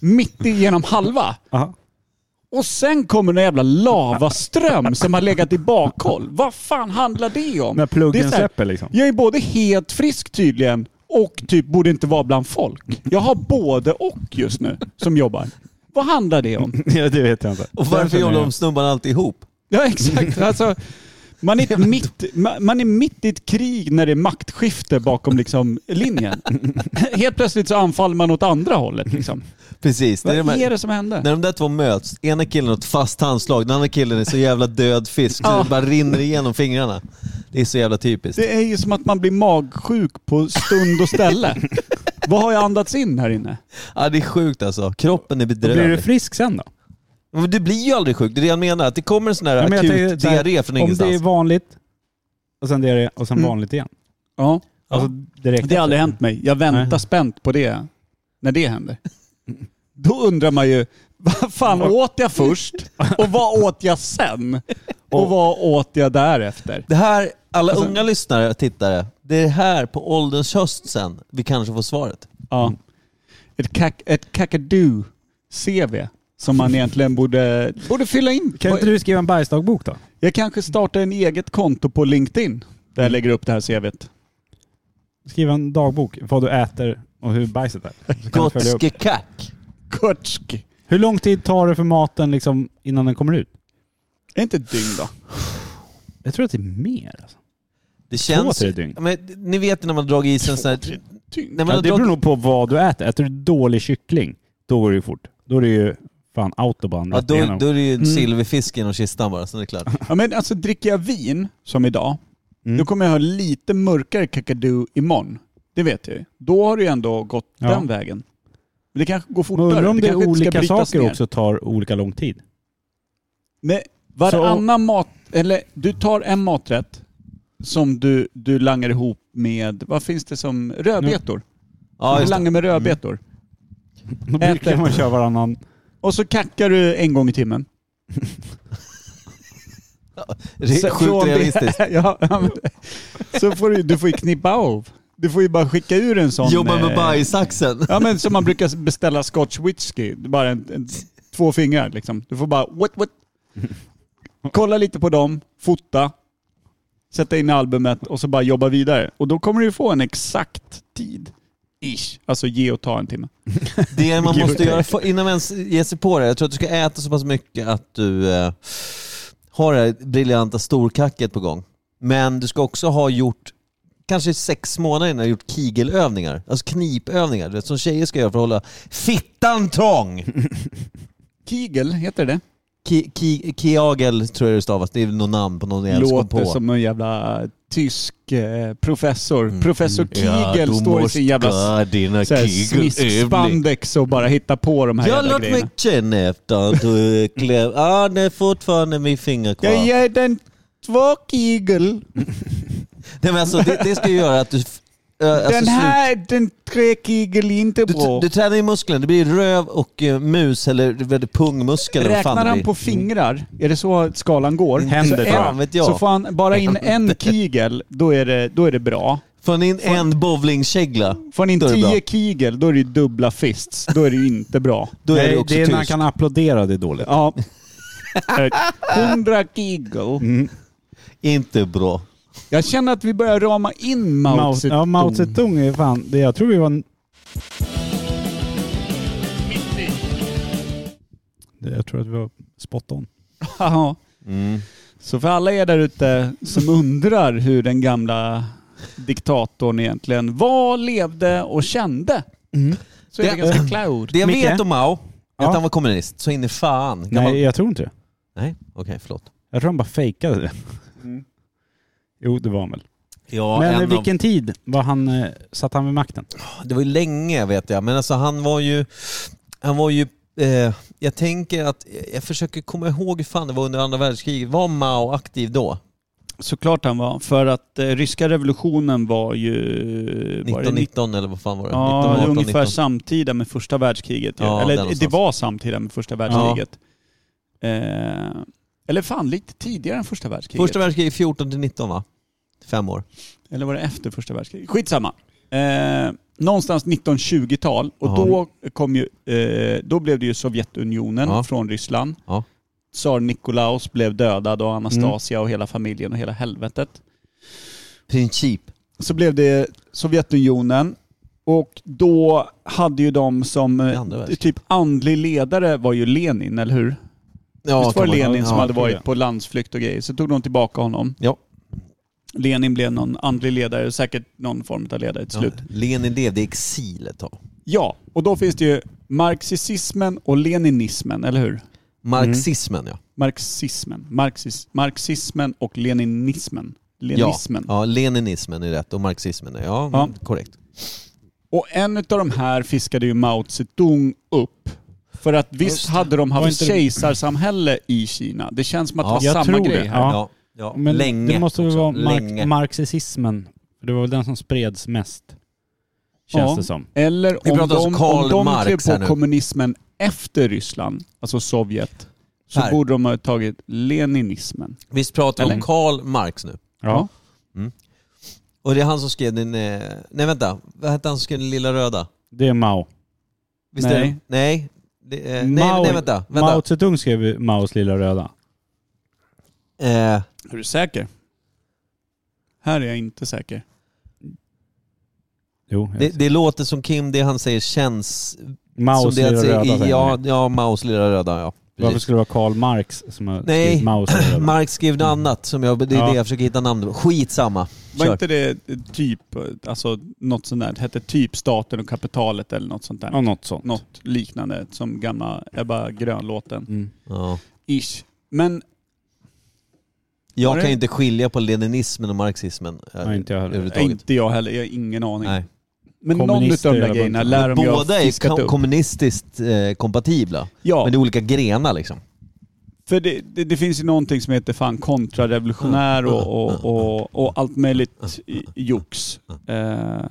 mitt igenom halva.
Aha.
Och sen kommer en jävla lavaström som har legat i bakhåll. Vad fan handlar det om? Det
När
är
pluggen
så här-
släpper liksom.
Jag är både helt frisk tydligen och typ borde inte vara bland folk. Jag har både och just nu som jobbar. Vad handlar det om?
Ja, det vet jag inte.
Och varför
Därför
jobbar
är
de snubbarna alltid ihop?
Ja exakt. Alltså, man, är mitt, ma- man är mitt i ett krig när det är maktskifte bakom liksom linjen. Helt plötsligt så anfaller man åt andra hållet. Liksom.
Precis.
Vad
det är de här-
är det som händer?
När de där två möts, ena killen har ett fast handslag, den andra killen är så jävla död fisk så det bara rinner igenom fingrarna. Det är så jävla typiskt.
Det är ju som att man blir magsjuk på stund och ställe. Vad har jag andats in här inne?
Ja, det är sjukt alltså. Kroppen är
Då Blir du
bedrövlig.
frisk sen då?
Men du blir ju aldrig sjuk, det är det jag menar. Att det kommer en sån här
Ja, men jag
akut
tänker så här,
diarré från
Om det är
ingenstans.
vanligt, och sen diarré, och sen
Mm.
vanligt igen.
Ja,
Alltså direkt.
det har aldrig hänt mig. Jag väntar
Nej.
spänt på det, när det händer. Då undrar man ju, vad fan åt jag först? Och vad åt jag sen? Och vad åt jag därefter?
Det här, alla
Alltså-
unga lyssnare och tittare, det är här på ålderns höst sen vi kanske får svaret.
Ja. Mm. Ett, kak, ett kakadu-CV som man egentligen borde, borde fylla in.
Kan inte du skriva en bajsdagbok då?
Jag kanske startar en eget konto på LinkedIn där jag
Mm.
lägger upp det här CVt.
Skriva en dagbok, vad du äter och hur bajset är. Så kan du följa upp.
Gottskekack.
Kutsk!
Hur lång tid tar det för maten liksom innan den kommer ut?
Är inte ett dygn då?
Jag tror att det är mer. Alltså.
Det känns...
tre dygn.
Men, ni vet när man drar i sig en sån här...
Dygn.
När man
Ja, det
har
beror
dragit-
nog på vad du äter. Äter du dålig kyckling, då går det ju fort. Då är det ju fan autobahn
Ja,
rätt
då,
igenom. Mm.
då är det ju en silverfisk genom kistan bara, sen är det klart.
Ja, men alltså dricker jag vin, som idag,
Mm.
då kommer jag ha lite mörkare kakadu imorgon. Det vet jag ju. Då har det ju ändå gått
Ja.
den vägen. Men det kanske går
Men
fortare.
Undrar om det,
kanske
är
inte ska
olika
brytas
saker
ner.
också tar olika lång tid.
Nej, varannan mat... Eller du tar en maträtt som du, du langar ihop med... Vad finns det som... Rödbetor.
Ja,
du
just det. Mm.
langar med rödbetor.
Då brukar
Äter.
man köra varannan.
Och så kackar du en gång i timmen.
Det är
från
sjukt realistiskt.
Det, ja, men- så får du, du får ju knippa av. Du får ju bara skicka ur en sån...
Jobbar med
eh,
bajsaxen.
Ja men som man brukar beställa scotch whisky. Det är Bara en, en, två fingrar liksom. Du får bara what, what. Kolla lite på dem, fota, sätta in i albumet och så bara jobba vidare. Och då kommer du få en exakt tid. Ish. Alltså ge och ta en timme.
Det man
Give or
måste
take.
göra för, innan man ens ger sig på det. Jag tror att du ska äta så pass mycket att du eh, har det här briljanta storkacket på gång. Men du ska också ha gjort, kanske sex månader innan, gjort kegelövningar. Alltså knipövningar. Du vet, som tjejer ska göra för att hålla fittan trång.
Kegel, heter det
Ki- ki- Kiagel tror jag det stavas. Det är väl något namn på någon jag ens kom
Låter
på.
som en jävla tysk eh, professor. Professor
Mm. Ja,
Alltså, Kegel
du
står i
måste
sin jävla s-
göra dina
så här
kegelövningar.
smisk-spandex och bara hittar på de här
Jag
jävla
låter mig
grejerna.
känna efter att du kläm... Ah, det är fortfarande min finger kvar.
Jag ger den två kegel.
Nej, men alltså, det, det ska ju göra att du... f- ö, alltså,
den här, den tre kegel är inte
slut-
bra.
du, du tränar ju musklerna. Det blir röv och eh, mus eller vad är det, pungmuskel. eller vad fan
Räknar
det
han
blir.
på fingrar, är det så skalan går?
Händer
så,
tror jag.
en-
Fan vet jag.
så får han bara in en kegel, då är det, då är det bra.
Får in en bowlingkägla,
Får han in
Då är det bra.
tio kegel, då är det ju dubbla fists. Då är det ju inte bra.
då är
Nej,
det också
är
tyst.
när han kan applådera, det är dåligt.
Ja. Hundra kegel.
Mm.
Inte bra.
Jag känner att vi börjar rama in Mao
Mao,
Zedong.
ja, Mao Zedong är fan... Det, jag tror vi var... en- Det- Jag tror att vi var spot on.
Jaha.
Mm.
Så för alla er där ute som undrar hur den gamla diktatorn egentligen var, levde och kände. Så är det,
Mm. Det-
ganska klart.
Det jag
Micke?
vet om Mao, är
Ja.
att han var kommunist. Så in i fan. Kan
Nej,
man-
jag tror inte det.
Nej, okej förlåt.
Jag tror han bara fejkade det. Jo, det var han väl.
Ja,
Men
en
eh,
av-
vilken tid var han, eh, satt han vid makten?
Det var ju länge vet jag, men alltså han var ju... Han var ju eh, jag tänker att... Jag försöker komma ihåg hur fan det var under andra världskriget. Var Mao aktiv då?
Såklart han var. För att eh, ryska revolutionen var ju... var det
1919 eller vad fan var det?
Ja,
1918,
ungefär
19.
samtida med första världskriget. ju.
Ja, där
eller det
någonstans.
var samtida med första världskriget. Eh, eller fan, lite tidigare än första världskriget.
Första världskriget 14 till 19 va? Fem år.
Eller var det efter första världskriget? Skitsamma. Eh, någonstans 1920-tal och
Ja.
då, kom ju, eh, då blev det ju Sovjetunionen
Ja.
från Ryssland.
Ja. Mm.
Tsar Nikolaus blev dödad och Anastasia och hela familjen och hela helvetet.
Princip.
Så blev det Sovjetunionen och då hade ju de som eh,
Det andra världskriget.
typ andlig ledare var ju Lenin, eller hur?
Ja,
Visst var
kan
det
man-
Lenin som
ja,
hade
tror
varit
jag.
på landsflykt och grejer? Så tog de tillbaka honom.
Ja.
Lenin blev någon andlig ledare, säkert någon form av ledare till
ja.
slut. Mm.
Lenin levde i exil ett tag.
Ja, och då finns det ju marxismen och leninismen, eller hur?
Marxismen ja.
Marxismen. Marxis, marxismen och leninismen.
Ja.
Leninismen.
ja. Leninismen är rätt och marxismen är... Ja,
Ja.
korrekt.
Och en av de här fiskade ju Mao Zedong upp. För att visst hade de
Var
haft
inte det-
kejsarsamhälle i Kina. Det känns som att
Ja,
det var
jag
samma
tror
grej
det.
här.
Ja.
Ja. Ja.
Men
länge.
det måste väl
också.
vara mark-
Länge.
marxismen. För det var väl den som spreds mest. Känns
Ja.
det som.
Eller
Vi
om
pratar om
de,
Karl
om de
Marx
klev
här
på
nu.
kommunismen efter Ryssland, alltså Sovjet, så
Här.
borde de ha tagit leninismen.
Visst pratar vi om
Eller?
Karl Marx nu?
Ja.
Och det är han som skrev den... eh, Nej vänta, vad hette han som skrev den lilla röda?
Det är Mao.
Visst
Nej.
Är det? Nej. Det, eh, nej,
Mao-
nej vänta.
Mao
vänta.
Zedong skrev ju Maos lilla röda.
Eh,
Är du säker? Här är jag inte säker.
Jo, jag
det,
ser.
det låter som Kim, det han säger känns...
Maos
som det
lilla
han säger
röda.
i-
säger
ja,
han.
ja, Maos lilla röda ja.
Varför
Precis.
skulle det vara Karl Marx som har
Nej.
skrivit Maos lilla röda? Mm.
Marx skrev något annat, som jag, det är
Ja.
det jag försöker hitta namn på. Skitsamma.
Var
Kör.
inte det typ, alltså något sånt där, hette typ staten och kapitalet eller något sånt där?
Ja, något sånt.
Något liknande som gamla Ebba Grön-låten.
Mm.
Ja.
Ish. Men eh, Var
Jag
det-
kan ju inte skilja på leninismen och marxismen. eh,
Nej, inte jag heller.
Nej,
överhuvudtaget.
inte jag heller, jag har ingen aning.
Nej.
Men någon
Kommunister
utav de där
jävla
grejerna lär
buntar.
de ju ha
Båda är
fiskat
kom-
upp.
kommunistiskt eh, kompatibla,
Ja,
men det är olika grenar liksom.
för det, det, det finns ju någonting som heter fan kontrarevolutionär
Mm.
och, och, och, och allt möjligt i- jox. Eh,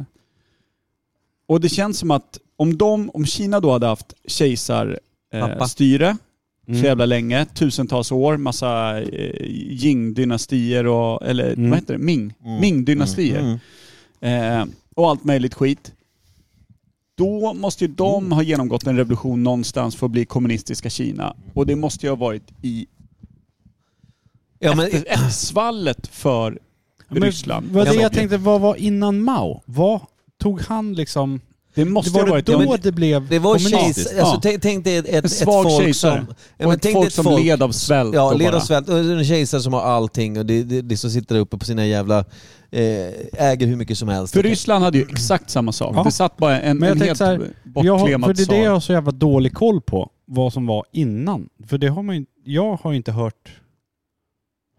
och det känns som att om, de, om Kina då hade haft kejsarstyre eh,
Pappa.
styre så
Mm.
jävla länge, tusentals år, massa eh, Jing-dynastier och, eller
Mm.
vad heter det? Ming? Ming-dynastier.
Mm.
Eh, och allt möjligt skit. Då måste ju de ha genomgått en revolution någonstans för att bli kommunistiska Kina. Och det måste ju ha varit i
Ja, men,
svallet för
Mm. Men
Ryssland.
Vad det jag
Sovjet.
tänkte, vad var innan Mao? Vad tog han liksom...
det måste
det
ju ha
var
varit
det då
ja, men-
det blev
det var
kommunistiskt.
kejs, alltså,
Ja.
tänk, tänk dig ett, ett,
En
ett
svag
folk som...
kejsare.
Ja,
och
men
ett
tänk dig
folk
ett
som led av svält.
Ja,
då
led
bara.
av svält. Och en kejsare som har allting och det, det, det som sitter där uppe på sina jävla... Eh, äger hur mycket som helst.
För Ryssland hade ju exakt samma sak.
Ja.
Det satt bara en,
Men jag
en
tänkte
helt
så här, Jag har, för
bortklemad
det är det
tsar.
jag har så jävla dålig koll på, vad som var innan. För det har man ju, jag har ju inte hört,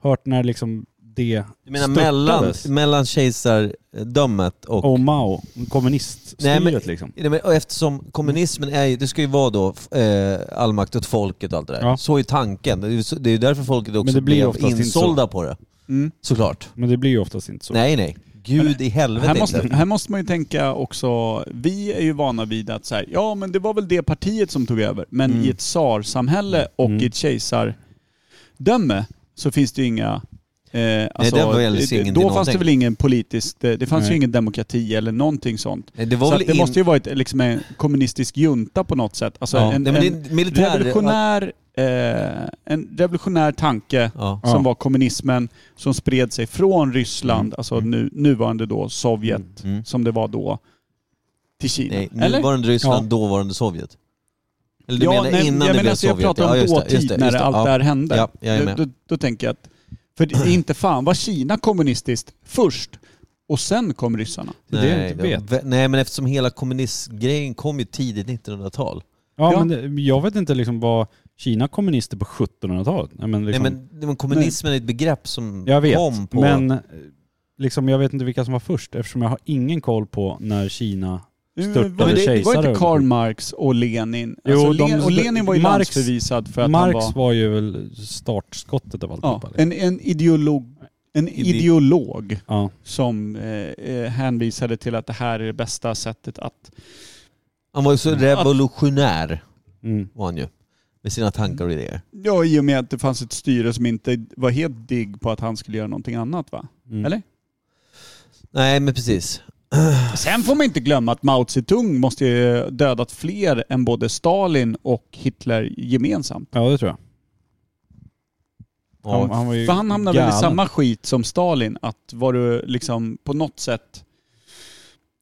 hört när liksom det
Du menar mellan,
störtades.
mellan kejsardömet och...
och Mao, kommuniststyret
Nej, men-
liksom.
Nej, men- och Eftersom kommunismen är ju, det ska ju vara då f- eh, all makt åt folket och allt det där.
Ja.
Så är tanken. Det är ju så- det är ju därför folket också
det blir
blev
oftast inte
insålda på det.
Mm.
Såklart.
Men det blir ju oftast inte så.
Nej, nej. Gud i helvete
Här måste,
inte.
här måste man ju tänka också, vi är ju vana vid att så här, ja men det var väl det partiet som tog över. Men
Mm.
i ett tsarsamhälle och i ett kejsardöme så finns det ju inga... Eh, alltså,
det var väl ingen
då
till
fanns det
någonting.
väl ingen politisk, det, det fanns
Nej.
ju ingen demokrati eller någonting sånt.
Nej, Det
Det
var
så
väl
att det
in...
måste ju varit eh, liksom en kommunistisk junta på något sätt. Alltså
ja.
en,
nej, men det
en
är en militär...
revolutionär, eh, en revolutionär tanke
Ja.
Ja.
som var kommunismen som spred sig från Ryssland,
Mm.
alltså nu, nuvarande då Sovjet
Mm.
som det var då, till Kina.
Nej,
Eller?
nuvarande Ryssland, dåvarande Sovjet. Eller du menar
nej,
innan det
jag
blev
menar alltså, jag
Sovjet?
pratar om
just det,
dåtid
just det,
när
just det.
allt
Ja.
det här hände.
Ja, jag är med.
då, då, då tänker jag att, för det är inte fan var Kina kommunistiskt först och sen kom ryssarna.
Det är det jag inte vet.
var- Nej, men eftersom hela kommunistgrejen kom ju tidigt 1900-tal.
Ja,
Ja.
men det, jag vet inte liksom vad Kina kommunister på 1700-talet. Nej, men liksom,
nej, men, men kommunismen är ett begrepp som
jag
kom
vet,
på...
men eh, liksom, jag vet inte vilka som var först eftersom jag har ingen koll på när Kina... Eh, Störtade
Men det, det var
kejsare.
inte Karl Marx och Lenin.
Jo,
alltså,
de-
Len, och Lenin var ju
Marx-
landsförvisad för att
Marx
han
var...
var...
ju väl startskottet av alltihopa.
Ja,
liksom.
en, en ideolog. En
Ide-
ideolog
ja.
som eh, eh, hänvisade till att det här är det bästa sättet att...
Han var ju så
Mm.
revolutionär,
Mm.
var han ju. Med sina tankar och
Mm.
idéer.
Ja, i och med att det fanns ett styre som inte var helt digg på att han skulle göra någonting annat va?
Mm.
Eller?
Nej, men precis.
Sen får man inte glömma att Mao Zedong måste ju dödat fler än både Stalin och Hitler gemensamt.
Ja, det tror jag.
Ja.
var ju
För han hamnade väl i
galen.
samma skit som Stalin, att var du liksom på något sätt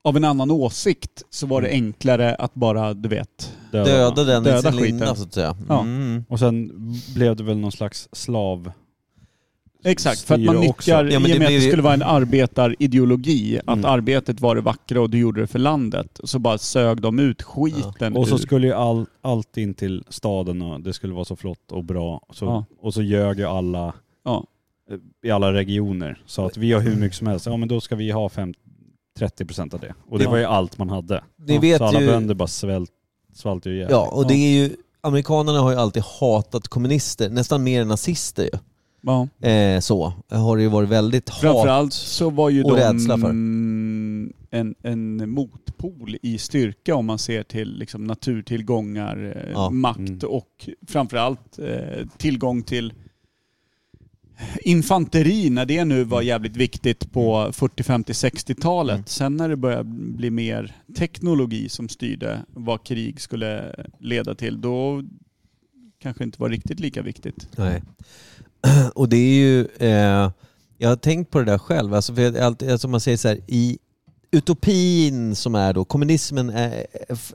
av en annan åsikt så var det enklare att bara, du vet,
Döda.
Döda den i
Döda
sin linda,
skiten.
så att säga.
Ja.
Mm.
Och sen blev det väl någon slags slav...
Exakt, för att
Styra
man
också.
nyttjar,
Ja, men
i
det
och med att
blir-
det skulle vara en arbetarideologi, att
Mm.
arbetet var det vackra och du gjorde det för landet, så bara sög de ut skiten
Och så
ur.
skulle ju all, allt in till staden och det skulle vara så flott och bra. Så,
Ja.
Och så ljög ju alla
Ja.
i alla regioner. Så att vi har hur mycket som helst. Ja men då ska vi ha fem, 30% av det. Och det
Ja.
var ju allt man hade.
Ni vet
så alla
ju-
bönder bara svält, svalt ju ihjäl.
Ja, och det är ju... Amerikanerna har ju alltid hatat kommunister, nästan mer än nazister ju.
Ja.
Eh, så har det ju varit väldigt hat.
Framförallt så var ju de
och rädsla för.
en, en motpol i styrka om man ser till liksom, naturtillgångar, eh,
Ja. Mm.
makt och framförallt eh, tillgång till infanteri när det nu
Mm.
var jävligt viktigt på 40, 50, 60-talet. Sen när det började bli mer teknologi som styrde vad krig skulle leda till, då kanske inte var riktigt lika viktigt.
Nej. Och det är ju... Eh, jag har tänkt på det där själv. Alltså för jag, alltid, alltså man säger så här, i utopin som är då, kommunismen är,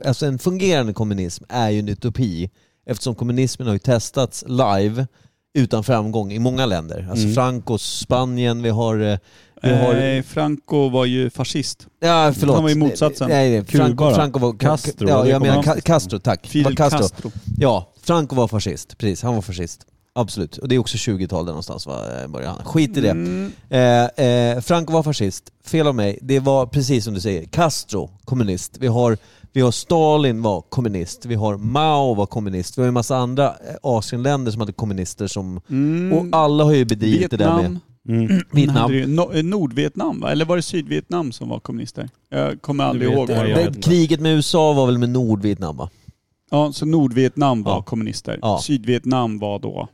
alltså en fungerande kommunism är ju en utopi. Eftersom kommunismen har ju testats live utan framgång i många länder. Alltså
Mm.
Francos Spanien, vi har... eh, Vi har
Eh, Franco var ju fascist.
ja, förlåt.
han var ju motsatsen.
Nej, nej,
Kuba
Franco,
då?
Franco var...
Castro,
Ja,
det
jag
kommer
menar
han-
Ca- Castro, tack. Det var
Fidel
Castro.
Castro.
Ja, Franco var fascist. Precis, han var fascist. Absolut. Och det är också 20-tal där någonstans va? eh, början. Skit i det.
Mm.
Eh, eh, Franco var fascist. Fel av mig. Det var precis som du säger. Castro, kommunist. Vi har, vi har Stalin var kommunist. Vi har Mao var kommunist. Vi har en massa andra eh, Asienländer som hade kommunister som... Och alla har ju bedrivit det där med...
Mm. Vietnam.
Mm.
hade
Vietnam.
ju- No- eh, Nordvietnam va? Eller var det Sydvietnam som var kommunister? Jag kommer aldrig
vet
ihåg.
jag.
vad det var.
vet
Men
inte.
kriget med USA var väl med Nordvietnam va?
Ja, så Nordvietnam var
Ja.
kommunister.
Ja.
Sydvietnam var då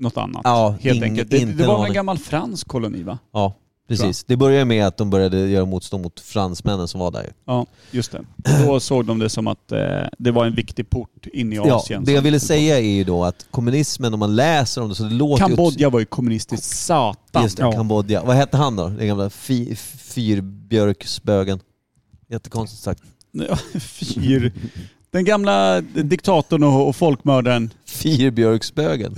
något annat.
Ja,
Helt
ing-
enkelt. Det,
inte
det
en
var väl
aning.
en gammal fransk koloni va?
Ja. Precis. Det började med att de började göra motstånd mot fransmännen som var där.
Ja, just det. Då såg de det som att eh, det var en viktig port in i
Ja,
Asien.
det jag ville säga är ju då att kommunismen, om man läser om det så det låter ju-
Kambodja var ju kommunistiskt satan.
Just det, Kambodja. Vad hette han då? Den gamla fi, fyrbjörksbögen. Jättekonstigt sagt.
Ja. Fyr. Den gamla diktatorn och, och folkmördaren.
Fyrbjörksbögen.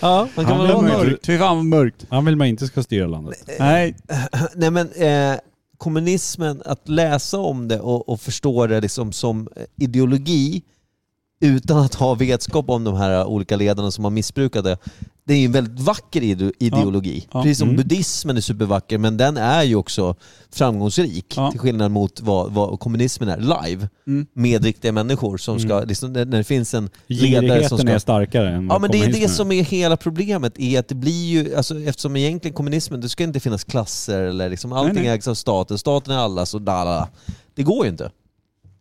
ja, man kan
Han
väl
är
ha någon.
mörk.
Mörkt. Fy fan vad mörkt.
Han vill man inte ska styra landet.
Eh.
Nej,
Nej men eh, kommunismen, att läsa om det och, och förstå det liksom som eh, ideologi utan att ha vetskap om de här olika ledarna som har missbrukat det. Det är ju en väldigt vacker ide- ideologi.
Ja.
Precis som
Mm.
buddhismen är supervacker, men den är ju också framgångsrik.
Ja.
Till skillnad mot vad, vad kommunismen är, live.
Mm.
Med riktiga människor som ska, liksom, när när det finns en ledare som
Girigheten
ska
är starkare än
Ja
vad
men det är
kommunismen
det som är hela problemet, är att det blir ju, alltså, eftersom egentligen kommunismen, det ska inte finnas klasser eller liksom, allting
nej.
ägs av staten, staten är allas och da, da, da. Det går ju inte.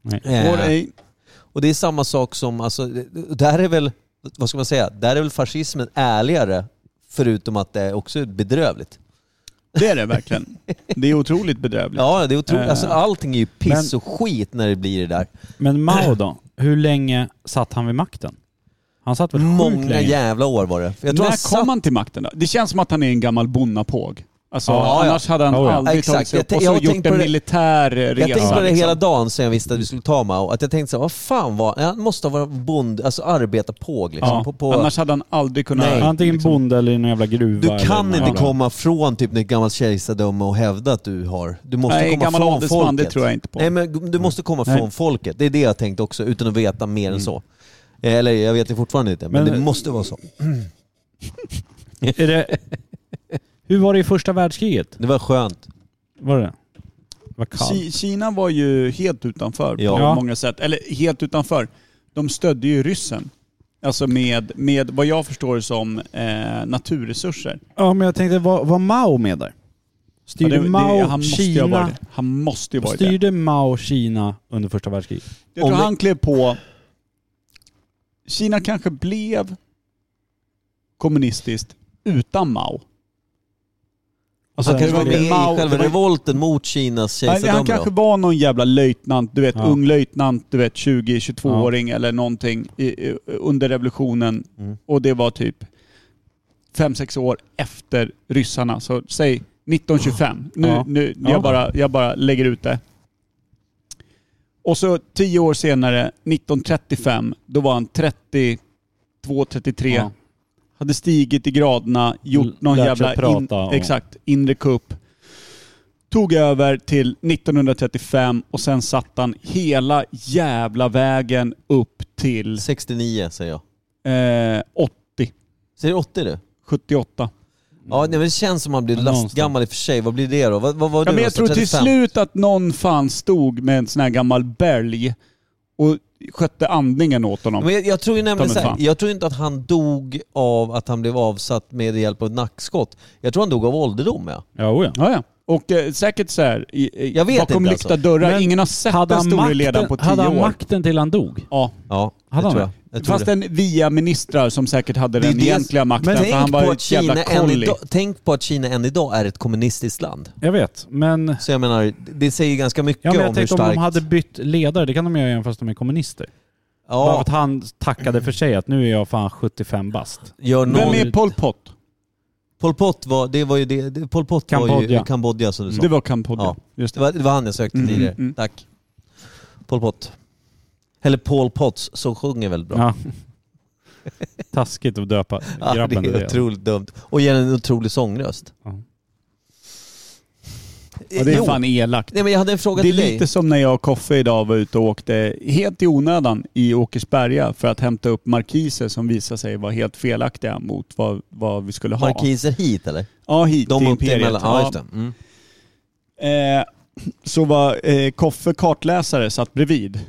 Nej.
Vår
Eh,
ej.
och det är samma sak som, alltså, det- där är väl, vad ska man säga, där är väl fascismen ärligare, förutom att det är också bedrövligt.
det är det verkligen. Det är otroligt bedrövligt.
Ja, det är otroligt,
Eh.
alltså allting är ju piss
Men-
och skit när det blir det där.
Men Mao då? Hur länge satt han vid makten? Han satt väl sjukt
Många
länge?
jävla år var det. För Jag tror han
När
satt
kom han till makten då? Det känns som att han är en gammal bonnapåg. Alltså,
Ja, ja.
annars hade han
Oh, ja.
aldrig tagit
Exakt.
sig
Jag
upp
tän-
och
jag
så
har
gjort
tänkt
en
på det-
militär resa.
Jag tänkte på det
liksom.
hela dagen sen jag visste att vi skulle ta Mao. Att jag tänkte så här, vad fan var han? måste vara bond, alltså arbetarpåg liksom.
Ja.
På, på,
Annars hade han aldrig kunnat...
Nej.
Antingen bonde eller i någon jävla gruva.
du
eller någon
kan inte
jävla-
komma från typ ett gammalt kejsardöme och hävda att du har... Du måste
Nej,
komma
gammal
från
adelsman,
folket.
det tror jag inte på.
Nej, men du måste komma
Nej.
från folket. Det är det jag tänkte också, utan att veta mer
Mm.
än så. Eh, Eller jag vet det fortfarande inte, men,
Men-
det måste vara så.
Är det... Hur var det i första världskriget?
Det var skönt.
Var det? Vad kallt.
Ki- Kina var ju helt utanför på
Ja.
många sätt. Eller helt utanför. De stödde ju ryssen. Alltså med, med vad jag förstår det som eh, naturresurser.
Ja men jag tänkte, var, var Mao med där? Styrde
Ja, det- det-
Mao
han måste ju ha
Kina?
varit det. Han måste ju ha varit det.
Styrde Mao Kina under första världskriget?
Jag tror
Om det-
han klev på... Kina kanske blev kommunistiskt utan Mao.
Han kanske
det
var
var
med
ju Alltså, Mao-
i själva
det var ju-
revolten mot Kinas
Nej, han
kejsardöme
kanske
då.
var någon jävla löjtnant, du vet,
Ja.
ung löjtnant, du vet 20-22-åring eller någonting i, i, under revolutionen.
Mm.
Och det var typ 5-6 år efter ryssarna. Så säg 1925. Nu,
Ja.
nu,
Ja.
jag, bara, jag bara lägger ut det. Och så 10 år senare, 1935, då var han 32, 33.
Ja.
Hade stigit i graderna,
L-
gjort någon
lärt sig
jävla in,
prata och-
exakt, inre kupp. Tog över till 1935 och sen satt han hela jävla vägen upp till
69 säger jag.
eh, 80,
Säger 80 du?
78.
Ja, nej, men det känns som att han blir
Ja, någonstans.
lastgammal i och för sig. Vad blir det då? Vad, vad var
Ja,
du
men jag tror
någonstans?
till
35?
slut att någon fan stod med en sån här gammal bälg och skötte andningen åt honom.
Men jag, jag tror ju nämligen
Ta mig
så här,
fan.
jag tror inte att han dog av att han blev avsatt med hjälp av ett nackskott. Jag tror han dog av ålderdom. Ja.
Ja, oja.
Ja, ja. Och eh, säkert så här, i, i,
Jag vet
bakom
inte
lyckta
alltså.
dörrar.
Men
Ingen har sett
Hade
den
han,
store ledaren på
makten, hade
tio
han
år.
makten till han dog?
Ja.
ja det
Hade han
tror
det?
jag. jag tror
Fast
det.
den via ministrar som säkert hade
Det är
den
det-
egentliga makten.
Men
för han
tänk
var
på,
ju
att
ett jävla
Kina än
kolli.
idag, tänk på att Kina än idag är ett kommunistiskt land.
Jag vet, men...
Så jag menar, det säger ganska mycket
Ja, men
om
jag
hur
tänkte
starkt...
om de hade bytt ledare, det kan de göra även fast de är kommunister. Bara för
ja,
att han tackade för sig att nu är jag fan 75 bast.
gör
Vem
någon...
är Pol Pot?
Pol Pot var, det var ju det, det- Pol Pot var ju
Kambodja.
Kambodja som du sa.
Det var Kambodja.
Ja.
Just
Det
det.
var, det var han jag sökte
Mm,
tidigare.
mm, mm.
Tack. Pol Pot. Eller Paul Potts, som sjunger väldigt bra.
Ja. Taskigt att döpa
Ja, det
grabben till
är otroligt dumt. Och ger en otrolig sångröst. Eh,
Ja.
Ja, det är
Jo.
fan elakt.
Nej men jag hade en fråga
Det är
till dig.
lite som när jag och Koffe idag var ute och åkte helt i onödan i Åkersberga för att hämta upp markiser som visade sig vara helt felaktiga mot vad, vad vi skulle ha.
Markiser hit eller?
Ja, hit
De
till
upp till
Imperiet.
emellan. Ja, just det. Mm.
Eh, så var eh, Koffe kartläsare satt bredvid.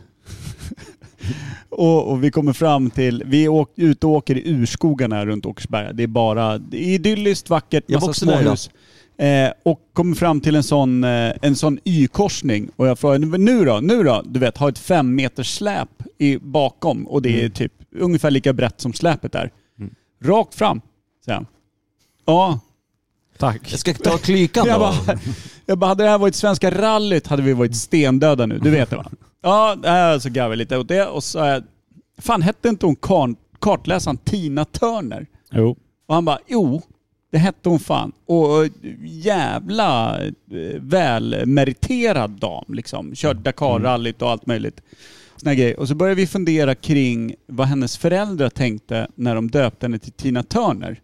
och, och vi kommer fram till, vi är åk, ute och åker i urskogarna runt Åkersberga. Det är bara det är idylliskt, vackert,
Jag var
massa
också där
småhus. Eh, och kommer fram till en sån, eh, en sån Y-korsning och jag frågar nu då, nu då? Du vet, har ett fem meters släp i, bakom och det är typ ungefär lika brett som släpet där. Rakt fram, säger han. Ja,
Tack.
Jag ska ta klykan
Jag
då.
bara, jag bara, hade det här varit Svenska rallyt hade vi varit stendöda nu. Du vet det va? Ja, äh, så garvade jag lite åt det och så... äh, Fan, hette inte hon karn- kartläsaren Tina Turner?
Jo.
Och han bara, jo, det hette hon fan. Och eh, jävla eh, välmeriterad dam liksom. Körde Dakar-rallyt och allt möjligt. Såna här grejer. Och så började vi fundera kring vad hennes föräldrar tänkte när de döpte henne till Tina Turner.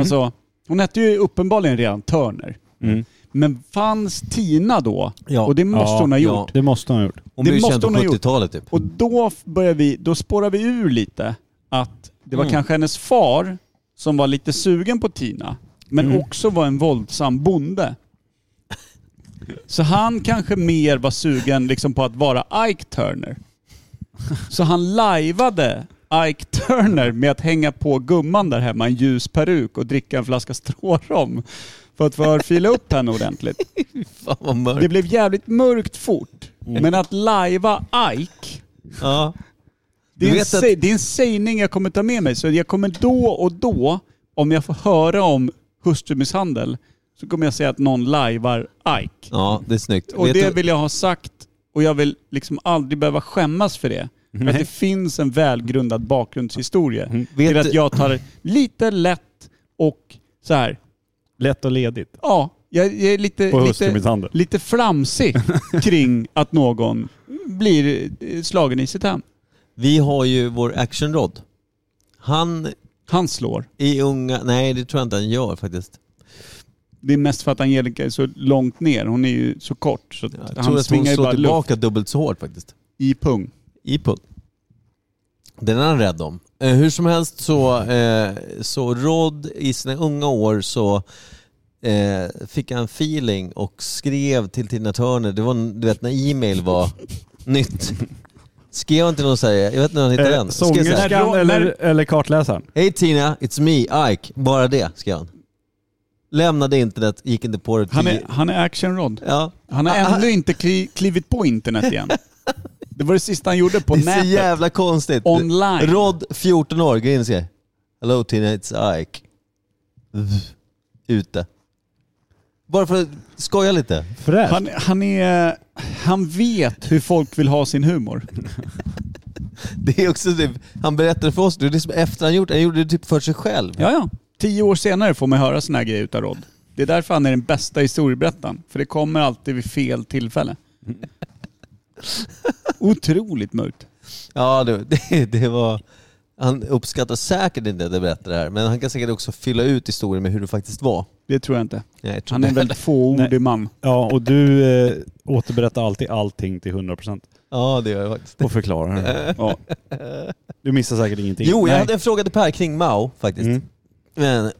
Alltså, hon hette ju uppenbarligen redan Turner.
Mm.
Men fanns Tina då?
Ja.
Och det måste
Ja,
hon ha
ja.
gjort.
Det måste hon ha gjort.
Hon blev
det
ju
måste
känd på
hon ha gjort.
70-talet typ.
Och då f- börjar vi, då spårar vi ur lite att det var
Mm.
kanske hennes far som var lite sugen på Tina, men också var en våldsam bonde. Så han kanske mer var sugen liksom på att vara Ike Turner. Så han lajvade Ike Turner med att hänga på gumman där hemma en ljus peruk och dricka en flaska strårom för att förfila upp henne ordentligt.
Fan vad
Det
mörkt.
blev jävligt mörkt fort. Men att lajva Ike
Ja.
det
Du
är, en
vet att-
sä- det är en sägning jag kommer ta med mig. Så jag kommer då och då, om jag får höra om hustrumisshandel, så kommer jag säga att någon lajvar Ike.
ja, det är snyggt.
Och
Vet
det
du-
vill jag ha sagt och jag vill liksom aldrig behöva skämmas för det. För att det finns en välgrundad bakgrundshistoria.
Mm. Vet
Till
du-
att jag tar lite lätt och så här,
Lätt och ledigt.
ja, jag, jag är
På
lite, lite,
hustrumisshandel.
lite flamsig kring att någon blir eh, slagen i sitt hem.
Vi har ju vår actionrod. Han
Han slår.
i unga... Nej, det tror jag inte han gör faktiskt.
Det är mest för att Angelica är så långt ner. Hon är ju så kort så att
Jag tror
han
att hon
svingar ju
slår
bara luft
tillbaka dubbelt så hårt faktiskt.
i pung.
I pung. Den är han rädd om. Eh, hur som helst så, eh, så Rod i sina unga år så eh, fick han feeling och skrev till Tina Turner, det var du vet när e-mail var nytt. Skrev han till någon såhär, jag vet inte när han
Eh,
hittade den. Skrev så här,
Eh, Sångerskan
När-
eller, eller kartläsaren?
Hej Tina, it's me, Ike. Bara det, skrev han. Lämnade internet, gick inte på det.
Han
tio-
är, han är actionrod.
ja.
Han
Ah,
har ännu inte kli, klivit på internet igen. Det var det sista han gjorde på
det är så
nätet.
jävla konstigt.
Online.
Rod, 14 år, går in och säger Hello Tina, it's Ike. Ute. Bara för att skoja lite.
Fräscht.
Han, han, är, han vet hur folk vill ha sin humor.
Det är också typ, han berättade för oss, det är det som efter han gjort det, han gjorde det typ för sig själv.
Ja, ja. Tio år senare får man höra såna här grejer utav Rod. Det är därför han är den bästa historieberättaren. För det kommer alltid vid fel tillfälle.
Mm.
Otroligt mörkt.
Ja, det, det, det var... Han uppskattar säkert inte att jag berättar det här, men han kan säkert också fylla ut historien med hur det faktiskt var.
Det tror jag inte.
Nej, jag tror
Han är en
inte-
väldigt fåordig man.
Ja, och du eh, återberättar alltid allting till 100%
Ja, det gör jag faktiskt.
och förklarar. det.
Ja.
Du missar säkert ingenting.
Jo, jag
Nej.
hade en fråga till Per kring Mao faktiskt.
Mm.
Men...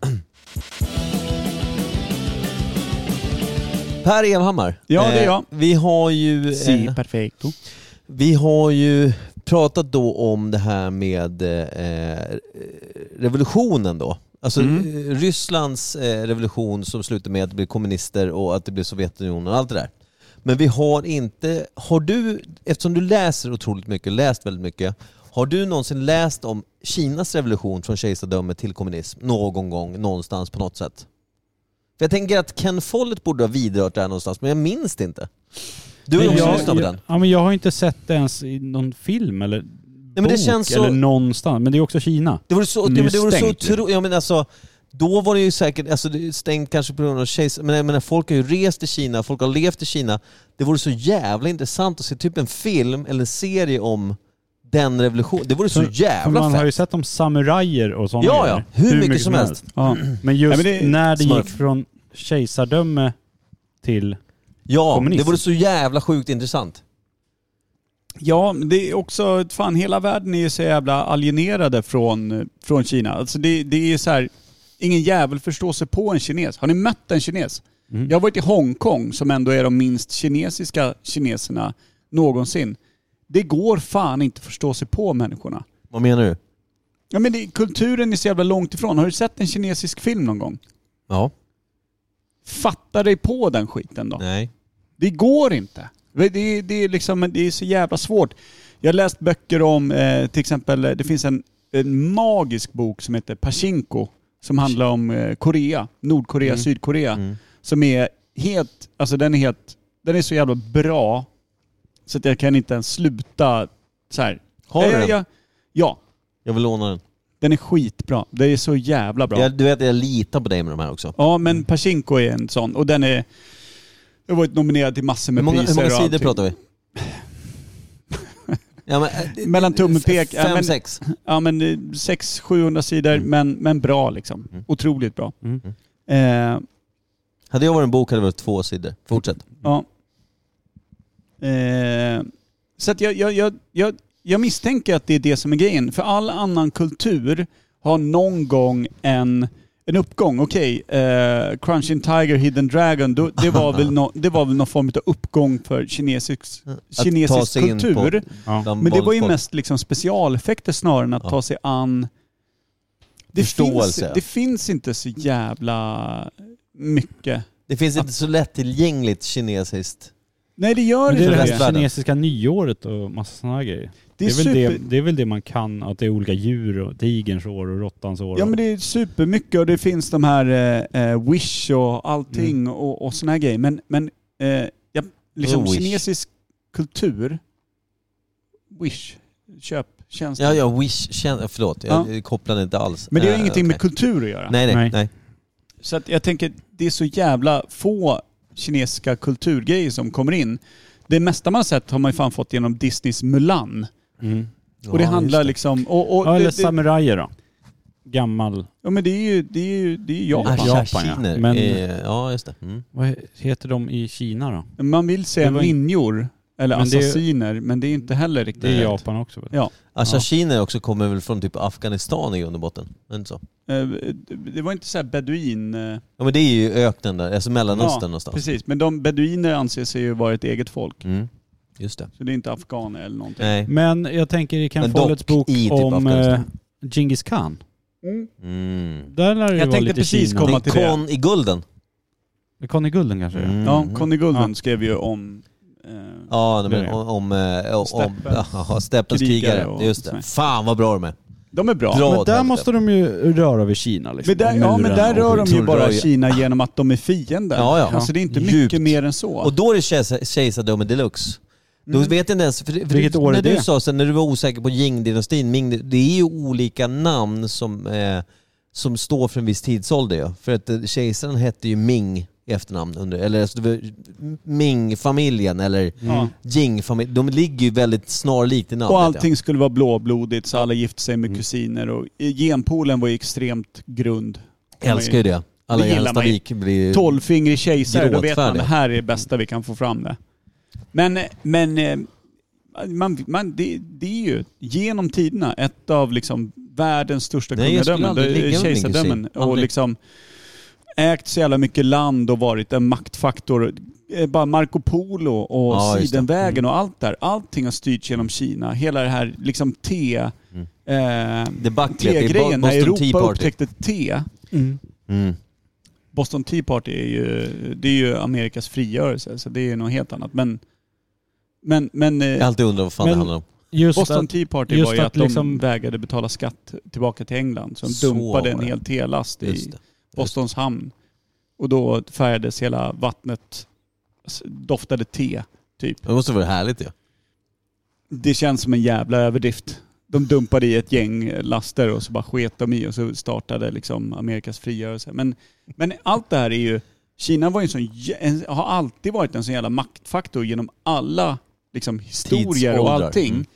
Per Evhammar.
Ja, det är
Eh,
jag.
Vi har ju... eh,
perfecto.
vi har ju pratat då om det här med eh, revolutionen då. Alltså
Mm.
eh, Rysslands eh, revolution som slutar med att det blir kommunister och att det blir Sovjetunionen och allt det där. Men vi har inte, har du, eftersom du läser otroligt mycket, läst väldigt mycket, har du någonsin läst om Kinas revolution från kejsardöme till kommunism någon gång, någonstans på något sätt? För jag tänker att Ken Follett borde ha vidrört det här någonstans, men jag minns det inte. Du har ju
Men
också
jag-
lyssnat på den.
Ja, men jag har inte sett det ens i någon film eller
men
bok
det känns så-
eller någonstans. Men det är också Kina.
Det vore så,
Nu
ja,
är
men det
det
vore så
stängt ju.
otro, ja, men alltså, Då var det ju säkert alltså, det är stängt kanske på grund av kejsar... Men jag menar, folk har ju rest i Kina, folk har levt i Kina. Det vore så jävla intressant att se typ en film eller en serie om den revolutionen. Det vore så
För- för
jävla
Man har ju
fett.
sett om samurajer och sådana
Ja,
grejer.
ja. Hur mycket som helst.
Ja. Men just
Nej, men det-
när det
Smurf.
gick från kejsardöme till...
Ja,
kommunism.
det vore så jävla sjukt intressant.
Ja, men det är också, fan hela världen är ju så jävla alienerade från, från Kina. Alltså det, det är så här, ingen jävel förstår sig på en kines. Har ni mött en kines? Jag har varit i Hongkong som ändå är de minst kinesiska kineserna någonsin. Det går fan inte att förstå sig på människorna.
Vad menar du?
Ja men det, kulturen är så jävla långt ifrån. Har du sett en kinesisk film någon gång?
Ja.
Fatta dig på den skiten då.
Nej.
Det går inte. Det, det, det, är liksom, det är så jävla svårt. Jag har läst eh, böcker om, eh, till exempel, det finns en, en magisk bok som heter Pachinko som handlar om eh, Korea, Nordkorea,
Mm.
Sydkorea.
Mm.
Som är helt, alltså den är helt, den är så jävla bra så att jag kan inte ens sluta så här.
Har du
Ja,
den?
ja, ja,
Jag vill låna den.
den är skitbra. Den är så jävla bra.
Jag, du vet, jag litar på dig med de här också.
Ja, men Pachinko är en sån och den är... Jag har varit nominerad till massor med
Hur många,
priser
hur många
och
sidor
allting.
pratar vi? Ja, men, eh, det-
Mellan tum och pek, ja,
Fem,
men-
sex.
Ja men 600-700 sidor, men, men bra liksom.
Mm.
Otroligt bra.
Mm.
Eh,
Hade jag varit en bok hade det varit två sidor. Fortsätt.
ja. Eh, så att jag, jag, jag, jag, jag misstänker att det är det som är grejen. För all annan kultur har någon gång en, en uppgång. Okej, eh, Crunching Tiger, Hidden Dragon, då, det, var väl nå- det var väl någon form av uppgång för kinesisk,
Att ta
kinesisk
sig in
kultur.
på
Ja.
de
Men det var ju
våldsfolk.
mest liksom specialeffekter snarare än att
Ja.
ta sig an... Det finns,
Förståelse.
det finns inte så jävla mycket.
Det finns inte så lättillgängligt kinesiskt.
Nej det gör
Men det
inte
är det
det.
västvärlden.
här kinesiska nyåret och massa sådana grejer.
Det
Det
är,
är, väl
super,
det, det är väl det man kan, att det är olika djur och tigerns år och råttans år.
Ja
och-
men det är supermycket och det finns de här eh, eh, Wish och allting
Mm.
och, och såna här grejer. Men, men eh, ja, liksom
Vadå Wish?
kinesisk kultur, Wish, köp, tjänster.
Ja, ja, wish känner, Förlåt, jag kopplade inte alls.
Men det har
Eh,
ingenting med
okej.
kultur att göra.
Nej, nej,
Nej.
nej.
Så att jag tänker, det är så jävla få kinesiska kulturgrejer som kommer in. Det mesta man har sett har man ju fan fått genom Disneys Mulan.
Mm.
Och det
Ja,
handlar
just
liksom... Och, och
Ja,
det,
eller
det,
samurajer då. Gammal...
ja men det är ju, det är ju, det är ju
det.
Japan.
Japan, ja.
Assassiner.
Men-
eh, Ja, just det. Mm.
Vad heter de i Kina då?
Man vill
Det
säga
var ju-
ninjor eller
Men det är ju-
assassiner, men det är inte heller riktigt
Det är
rätt.
Japan också väl?
Ja.
Assassiner också kommer väl från typ Afghanistan i grund och botten? Men så.
Eh, Det var inte så här beduin... eh,
Ja men det är ju öknen där, alltså Mellanöstern
ja,
någonstans.
Precis, men de beduiner anser sig ju vara ett eget folk.
Mm. Just det.
Så det är inte afghaner eller någonting.
Nej.
Men jag tänker i Ken
Men dock
Follets bok
i typ
om eh,
Afghanistan.
Genghis Khan.
Mm.
Där lär det ju
Jag
vara
tänkte
lite
precis
Kina.
komma
Det
till
är
det.
kon i gulden.
Conny Gulden kanske
Mm.
det är.
Ja, Conny Gulden
Ja.
skrev ju om... eh,
Ja, nej,
Det är
men
det.
om, om, eh, om
Steppens
ja, steppens
krigare
krigare.
och
Just
sådär.
det. Fan vad bra de är.
De är bra.
Dra
Men
åt
där
helvete.
måste de ju röra vid Kina liksom.
Men där, ja men
Muren
där
och-
rör de ju
Tullröja.
bara Kina genom att de är fiender.
Ja, ja.
Alltså det är inte
Djupt.
mycket mer än så. Mm.
Och då är det kejsar- kejsardömen deluxe. Då vet jag inte ens, för, för
Vilket
du,
år är
när du
det?
sa sen när du var osäker på Jing-dynastin, Ming, det är ju olika namn som, eh, som står för en viss tidsålder ja. För att eh, kejsaren hette ju Ming i efternamn, under, eller alltså, det var Ming-familjen eller
Ja.
Jing-familjen. De ligger ju väldigt snarlikt i namnet.
Och
Mm. ja.
allting skulle vara blåblodigt så alla gifte sig med
Mm.
kusiner och genpoolen var ju extremt grund.
Jag älskar ju det. Alla
Det gillar man ju.
Hjälstavik blir...
Tolvfingrig kejsare, då vet man
Eh, Gråtfärdig.
det här är det bästa vi kan få fram det. Men, men eh, man, man, det, det är ju genom tiderna ett av liksom världens största
Nej, jag skulle
kungadömen,
aldrig ligga
det
med
är
min
kejsardömen. Och
kusin. Aldrig.
liksom ägt så jävla mycket land och varit en maktfaktor. Eh, Bara Marco Polo och
Ja, just det. Mm.
Sidenvägen och allt där. Allting har styrts genom Kina. Hela det här liksom te... Eh,
Debaclet, Mm. det är Bo-
Te-grejen, när
Boston Tea
Europa
Party.
upptäckte te.
Mm.
Boston Tea Party är ju, det är ju Amerikas frigörelse, så det är ju något helt annat. Men, men, men eh,
Jag har alltid undrat vad fan det
Men-
handlar om.
Just
Boston
att,
Tea Party
just
var ju att,
att liksom-
de vägrade betala skatt tillbaka till England. Så de
Så
dumpade en
var det.
hel telast
Just
i
det.
Bostons hamn. Och då färgades hela vattnet, s- doftade te. typ.
Det måste vara härligt ja.
Det känns som en jävla överdrift. De dumpade i ett gäng laster och så bara sket de i och så startade liksom Amerikas frigörelse. Men, men allt det här är ju... Kina var ju en sån, jä- en, har alltid varit en sån jävla maktfaktor genom alla liksom, historier och
Tidsåldrar.
allting.
Mm.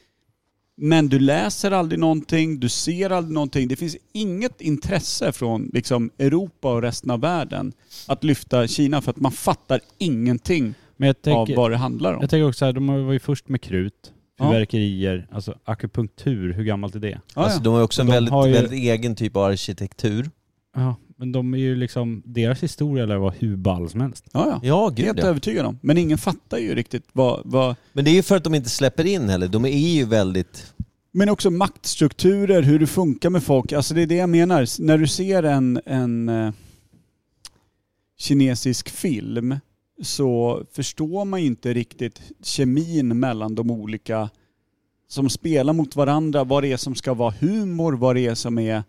Men du läser aldrig någonting, du ser aldrig någonting. Det finns inget intresse från liksom, Europa och resten av världen att lyfta Kina för att man fattar ingenting
men jag
av
tänker,
vad det handlar om.
jag tänker också så här, de var ju först med krut,
Ja.
fyrverkerier, alltså akupunktur, hur gammalt är det?
Ja,
Alltså,
ja.
de har ju också en
De
väldigt,
har ju-
väldigt egen typ av arkitektur.
Ja, men de är ju liksom, deras historia lär vara hur ball som helst.
Ja, ja.
Ja,
Helt
gud ja.
övertygad om. Men ingen fattar ju riktigt vad... vad
Men det är ju för att de inte släpper in heller. De är ju väldigt...
men också maktstrukturer, hur det funkar med folk. Alltså det är det jag menar. S- När du ser en, en eh, kinesisk film så förstår man ju inte riktigt kemin mellan de olika som spelar mot varandra. Vad det är som ska vara humor, vad det är som är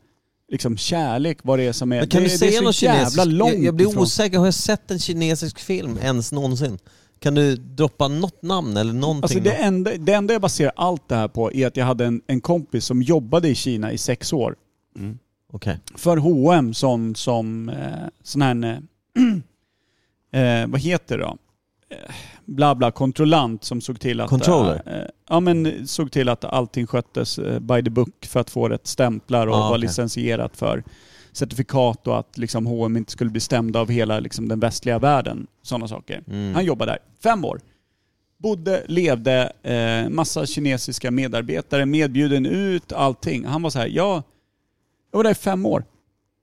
liksom kärlek, vad det är som är...
Men kan
det,
du säga
det är
något
så jävla
kinesiskt?
långt
jag, jag blir
ifrån.
osäker. Har jag sett en kinesisk film ens någonsin? Kan du droppa något namn eller någonting?
Alltså det enda, det enda jag baserar allt det här på är att jag hade en, en kompis som jobbade i Kina i sex år.
Okej.
För H&M sån som, eh, sån här, eh, eh, vad heter det då? Eh, Bla bla, kontrollant som såg till att...
Controller?
Eh, ja men såg till att allting sköttes eh, by the book för att få rätt stämplar och
Ah,
vara
okej.
licensierat för certifikat och att liksom H&M inte skulle bli stämda av hela liksom, den västliga världen. Sådana saker.
Mm.
Han jobbade där. Fem år. Bodde, levde, eh, massa kinesiska medarbetare, medbjuden ut, allting. Han var så här, jag, jag var där i fem år.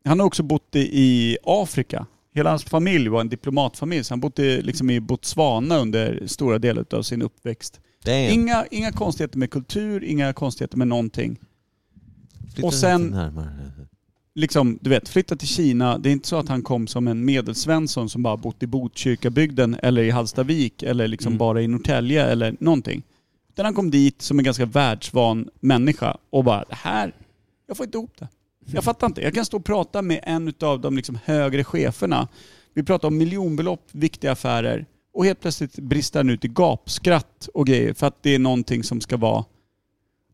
Han har också bott i, i Afrika. Hela hans familj var en diplomatfamilj, så han bodde liksom i Botswana under stora delar av sin uppväxt.
Damn.
Inga, inga konstigheter med kultur, inga konstigheter med någonting.
Flytta
och sen-
lite närmare.
Liksom, du vet, flytta till Kina. Det är inte så att han kom som en medelsvensson som bara bott i Botkyrkabygden eller i Hallstavik eller liksom bara i Norrtälje eller någonting. Utan han kom dit som en ganska världsvan människa och bara, det här, jag får inte ihop det. Jag fattar inte. Jag kan stå och prata med en av de liksom högre cheferna. Vi pratar om miljonbelopp, viktiga affärer. Och helt plötsligt brister han ut i gapskratt och grejer för att det är någonting som ska vara...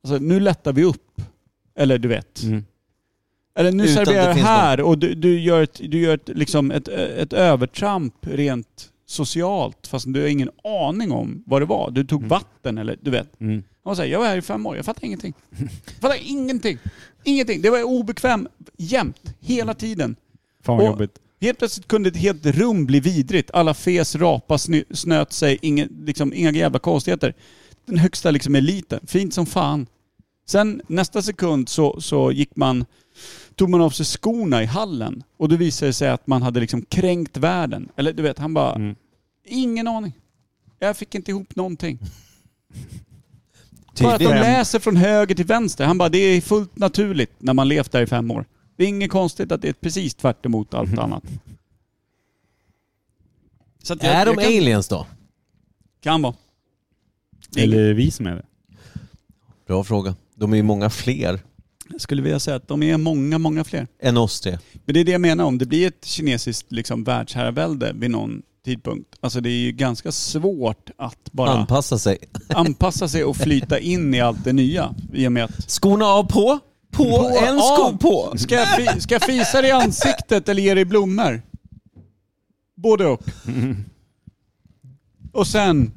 Alltså nu lättar vi upp. Eller du vet.
Mm.
Eller nu
Utan
serverar
det
jag
finns
här och du, du gör, ett, du gör ett, liksom ett, ett övertramp rent socialt fast du har ingen aning om vad det var. Du tog
Mm.
vatten eller du vet.
Mm.
Han säger, jag var här i fem år, jag fattar ingenting. Jag fattar ingenting. Ingenting. Det var obekväm jämt, hela tiden.
Fan vad
Och-
jobbigt.
Helt plötsligt kunde ett helt rum bli vidrigt. Alla fes, rapa, snö, snöt sig, inga, liksom, inga jävla konstigheter. Den högsta liksom, eliten, fint som fan. Sen nästa sekund så, så gick man, tog man av sig skorna i hallen och då visade det sig att man hade liksom kränkt världen. Eller du vet, han bara,
Mm.
ingen aning. Jag fick inte ihop någonting. Bara att de
Tydligen.
läser från höger till vänster. Han bara, det är fullt naturligt när man levt där i fem år. Det är inget konstigt att det är precis tvärt emot
Mhm.
allt annat. Så att jag,
Är de
jag kan,
aliens då?
kan vara. Det är-
Eller är det vi som är det?
Bra fråga. De är ju många fler
Jag skulle vilja säga att de är många, många fler.
än oss tre.
Men det är det jag menar, om det blir ett kinesiskt liksom, världsherravälde vid någon tidpunkt. Alltså det är ju ganska svårt att bara
Anpassa sig.
anpassa sig och flyta in i allt det nya. I och med att
Skorna av på. På, en sko
av.
på.
Ska jag, fi- ska jag fisa dig i ansiktet eller ge dig blommor? Både och. Och sen...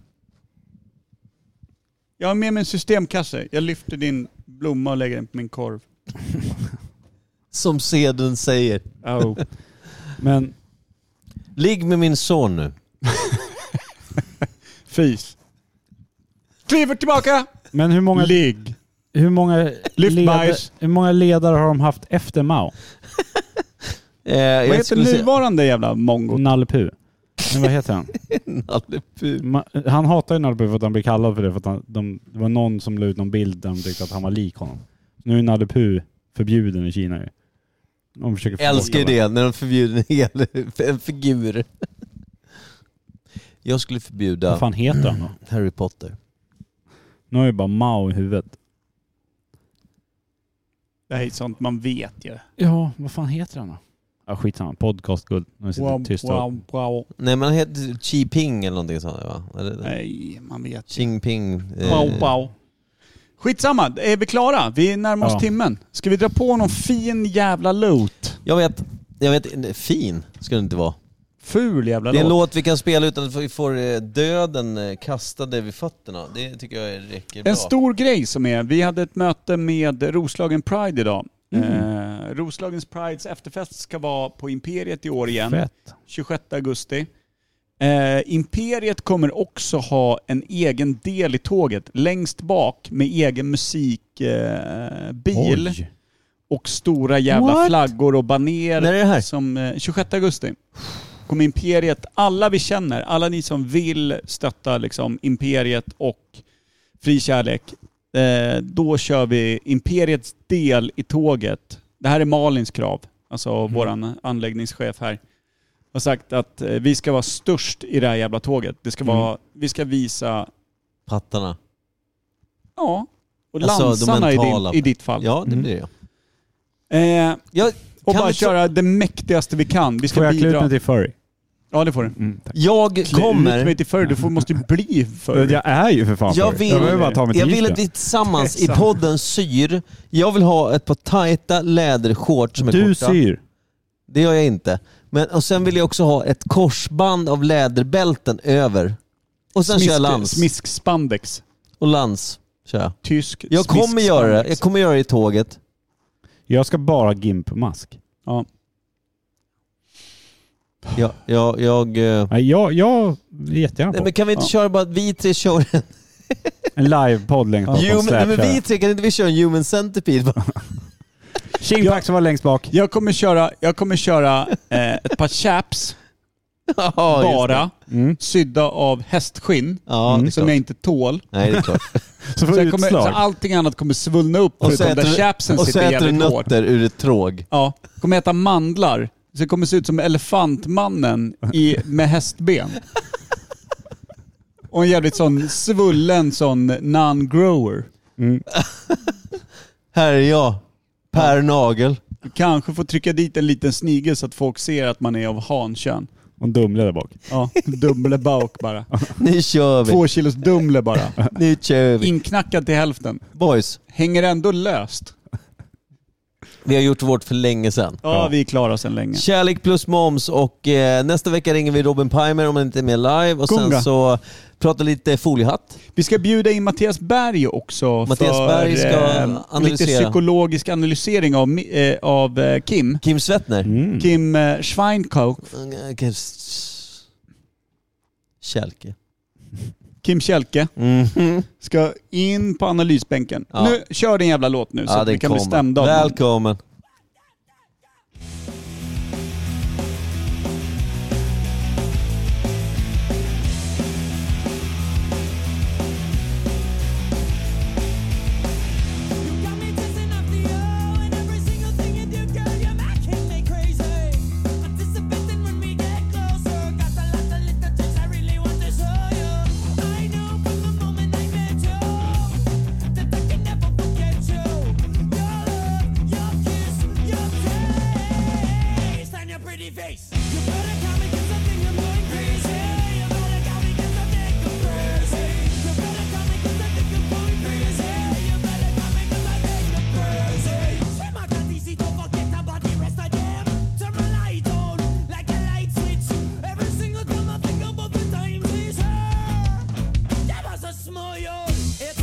Jag har med mig en systemkasse. Jag lyfter din blomma och lägger den på min korv.
Som seden säger.
Oh. Men
Ligg med min son nu.
Fis. Kliver tillbaka!
Men hur många,
Ligg.
hur, många ledare,
bajs.
hur många ledare har de haft efter Mao?
Eh, jag
Vad heter
skulle säga-
nuvarande jävla mongo?
Nalle Puh. Men vad heter han?
Nalle Puh.
Ma- Han hatar ju Nalle Puh för att han blir kallad för det. För att han, de, det var någon som la ut någon bild där de tyckte att han var lik honom. Nu är Nalle Puh förbjuden i Kina ju. De försöker få
Älskar ju
bort alla.
det när de förbjuder en hel en figur. Jag skulle
Vad
förbjuda
fan heter han då?
Harry Potter.
Nu har ju bara Mao i huvudet.
Det här är sånt man vet ju.
Ja, vad fan heter han då? Ja skitsamma, podcastguld. Nu sitter
Wow,
tyst och...
wow, wow.
Nej men han heter Xi Ping eller någonting sånt va? Eller,
Nej, man vet ju.
Xing Ping. eh,
Wow, wow. Skitsamma, är vi klara? Vi närmar oss
Ja.
timmen. Ska vi dra på någon fin jävla låt?
Jag vet, jag vet, fin ska det inte vara.
Ful jävla
Det är en
låt.
låt vi kan spela utan att vi får eh, döden eh, kastade vid fötterna. Det tycker jag räcker bra.
En stor grej som är, vi hade ett möte med Roslagen Pride idag.
Mm.
Eh, Roslagens Prides efterfest ska vara på Imperiet i år igen.
Fett.
26 augusti. Eh, Imperiet kommer också ha en egen del i tåget längst bak med egen musikbil eh, bil
Oj.
och stora jävla
What?
flaggor och baner.
När är det här?
Som, eh, 26 augusti. Kommer Imperiet, alla vi känner, alla ni som vill stötta liksom, Imperiet och Fri Kärlek, eh, då kör vi Imperiets del i tåget. Det här är Malins krav, alltså
Mm.
våran anläggningschef här. Har sagt att eh, vi ska vara störst i det här jävla tåget. Det
Mm.
ska vara, Vi ska visa,
Pattarna.
ja, och
Alltså, de
lansarna i,
Alltså, mentala-
din, i ditt fall.
Ja, det
Mm.
blir jag.
Eh,
Jag,
och
Kan
bara
vi-
köra det mäktigaste vi kan. Vi
Får
ska
jag klä ut
bidra.
mig till furry?
Ja det får du.
Mm, tack.
jag
Klä ut
kommer...
mig till förr. Du får, måste ju bli förr.
Jag är ju för fan
Jag
furry.
vill-
jag behöver bara ta mitt
Jag
gift
vill
då.
att vi tillsammans i
Exakt.
podden syr. Jag vill ha ett par tajta lädershorts som är
Du
korta.
syr.
Det gör jag inte. Men, och sen vill jag också ha ett korsband av läderbälten över. Och sen kör jag lans.
Smisk spandex.
Och lans kör jag.
Tysk
Jag
smisk
kommer göra det.
spandex.
Jag kommer göra det i tåget.
Jag ska bara ha gimpmask.
Ja.
Jag, jag, jag, eh,
Nej, jag, jag är jättegärna
nej,
på.
men kan vi inte
Ja.
köra bara att vi tre kör en
En livepodd längst bak.
human... Nej, men vi
vi...
tre, kan inte vi köra en human centipede? bara?
Tjingpack som var längst bak.
Jag kommer köra, jag kommer köra eh, ett par chaps
Ja, just det.
bara,
Mm.
sydda av hästskinn.
Ja, det är
Mm, Som
klart.
jag inte tål.
Nej, det är klart.
Så får
Så,
jag
jag kommer, så
utslag.
allting annat kommer svullna upp
Och så
förutom
äter
där
du-
chapsen
Och så
sitter
äter du
jävligt hårt.
nötter ur ett tråg.
Ja, kommer äta mandlar. Så jag kommer se ut som elefantmannen i, med hästben. Och en jävligt sån svullen sån non-grower.
Här är jag. Per Nagel.
Kanske får trycka dit en liten snigel så att folk ser att man är av hankön.
Och en Dumle där bak.
Ja, Dumlebuk bara.
Nu kör vi.
Två kilos Dumle bara.
Nu kör vi.
Inknackad till hälften.
Boys,
Hänger ändå löst.
vi har gjort vårt för länge sedan.
Ja, vi är klara sedan länge.
Kärlek plus moms och eh, nästa vecka ringer vi Robin Pimer om han inte är med live och
Gunga.
sen så pratar lite foliehatt.
Vi ska bjuda in Mattias Berg också
Mattias
för
Berg ska
eh, lite
analysera.
psykologisk analysering av, Mi- eh, av eh, Kim.
Kim Svettner.
Mm.
Kim eh, Schweinkow.
Mm. Kim S- Kälke.
Kim Kälke
Mhm.
ska in på analysbänken.
Ja.
Nu, kör din jävla låt nu så
Ja,
att vi
den
kan bli
kommer.
stämda av någon.
Välkommen.
Face. You better come and get something, I'm going crazy. You better come and get something, I'm crazy. You better come and get something, I'm going crazy. You better come and get something, I'm crazy. She might not easy, don't forget about the rest of them. Turn my light on like a light switch. Every single time I think about the times is her. That was a small yawn. It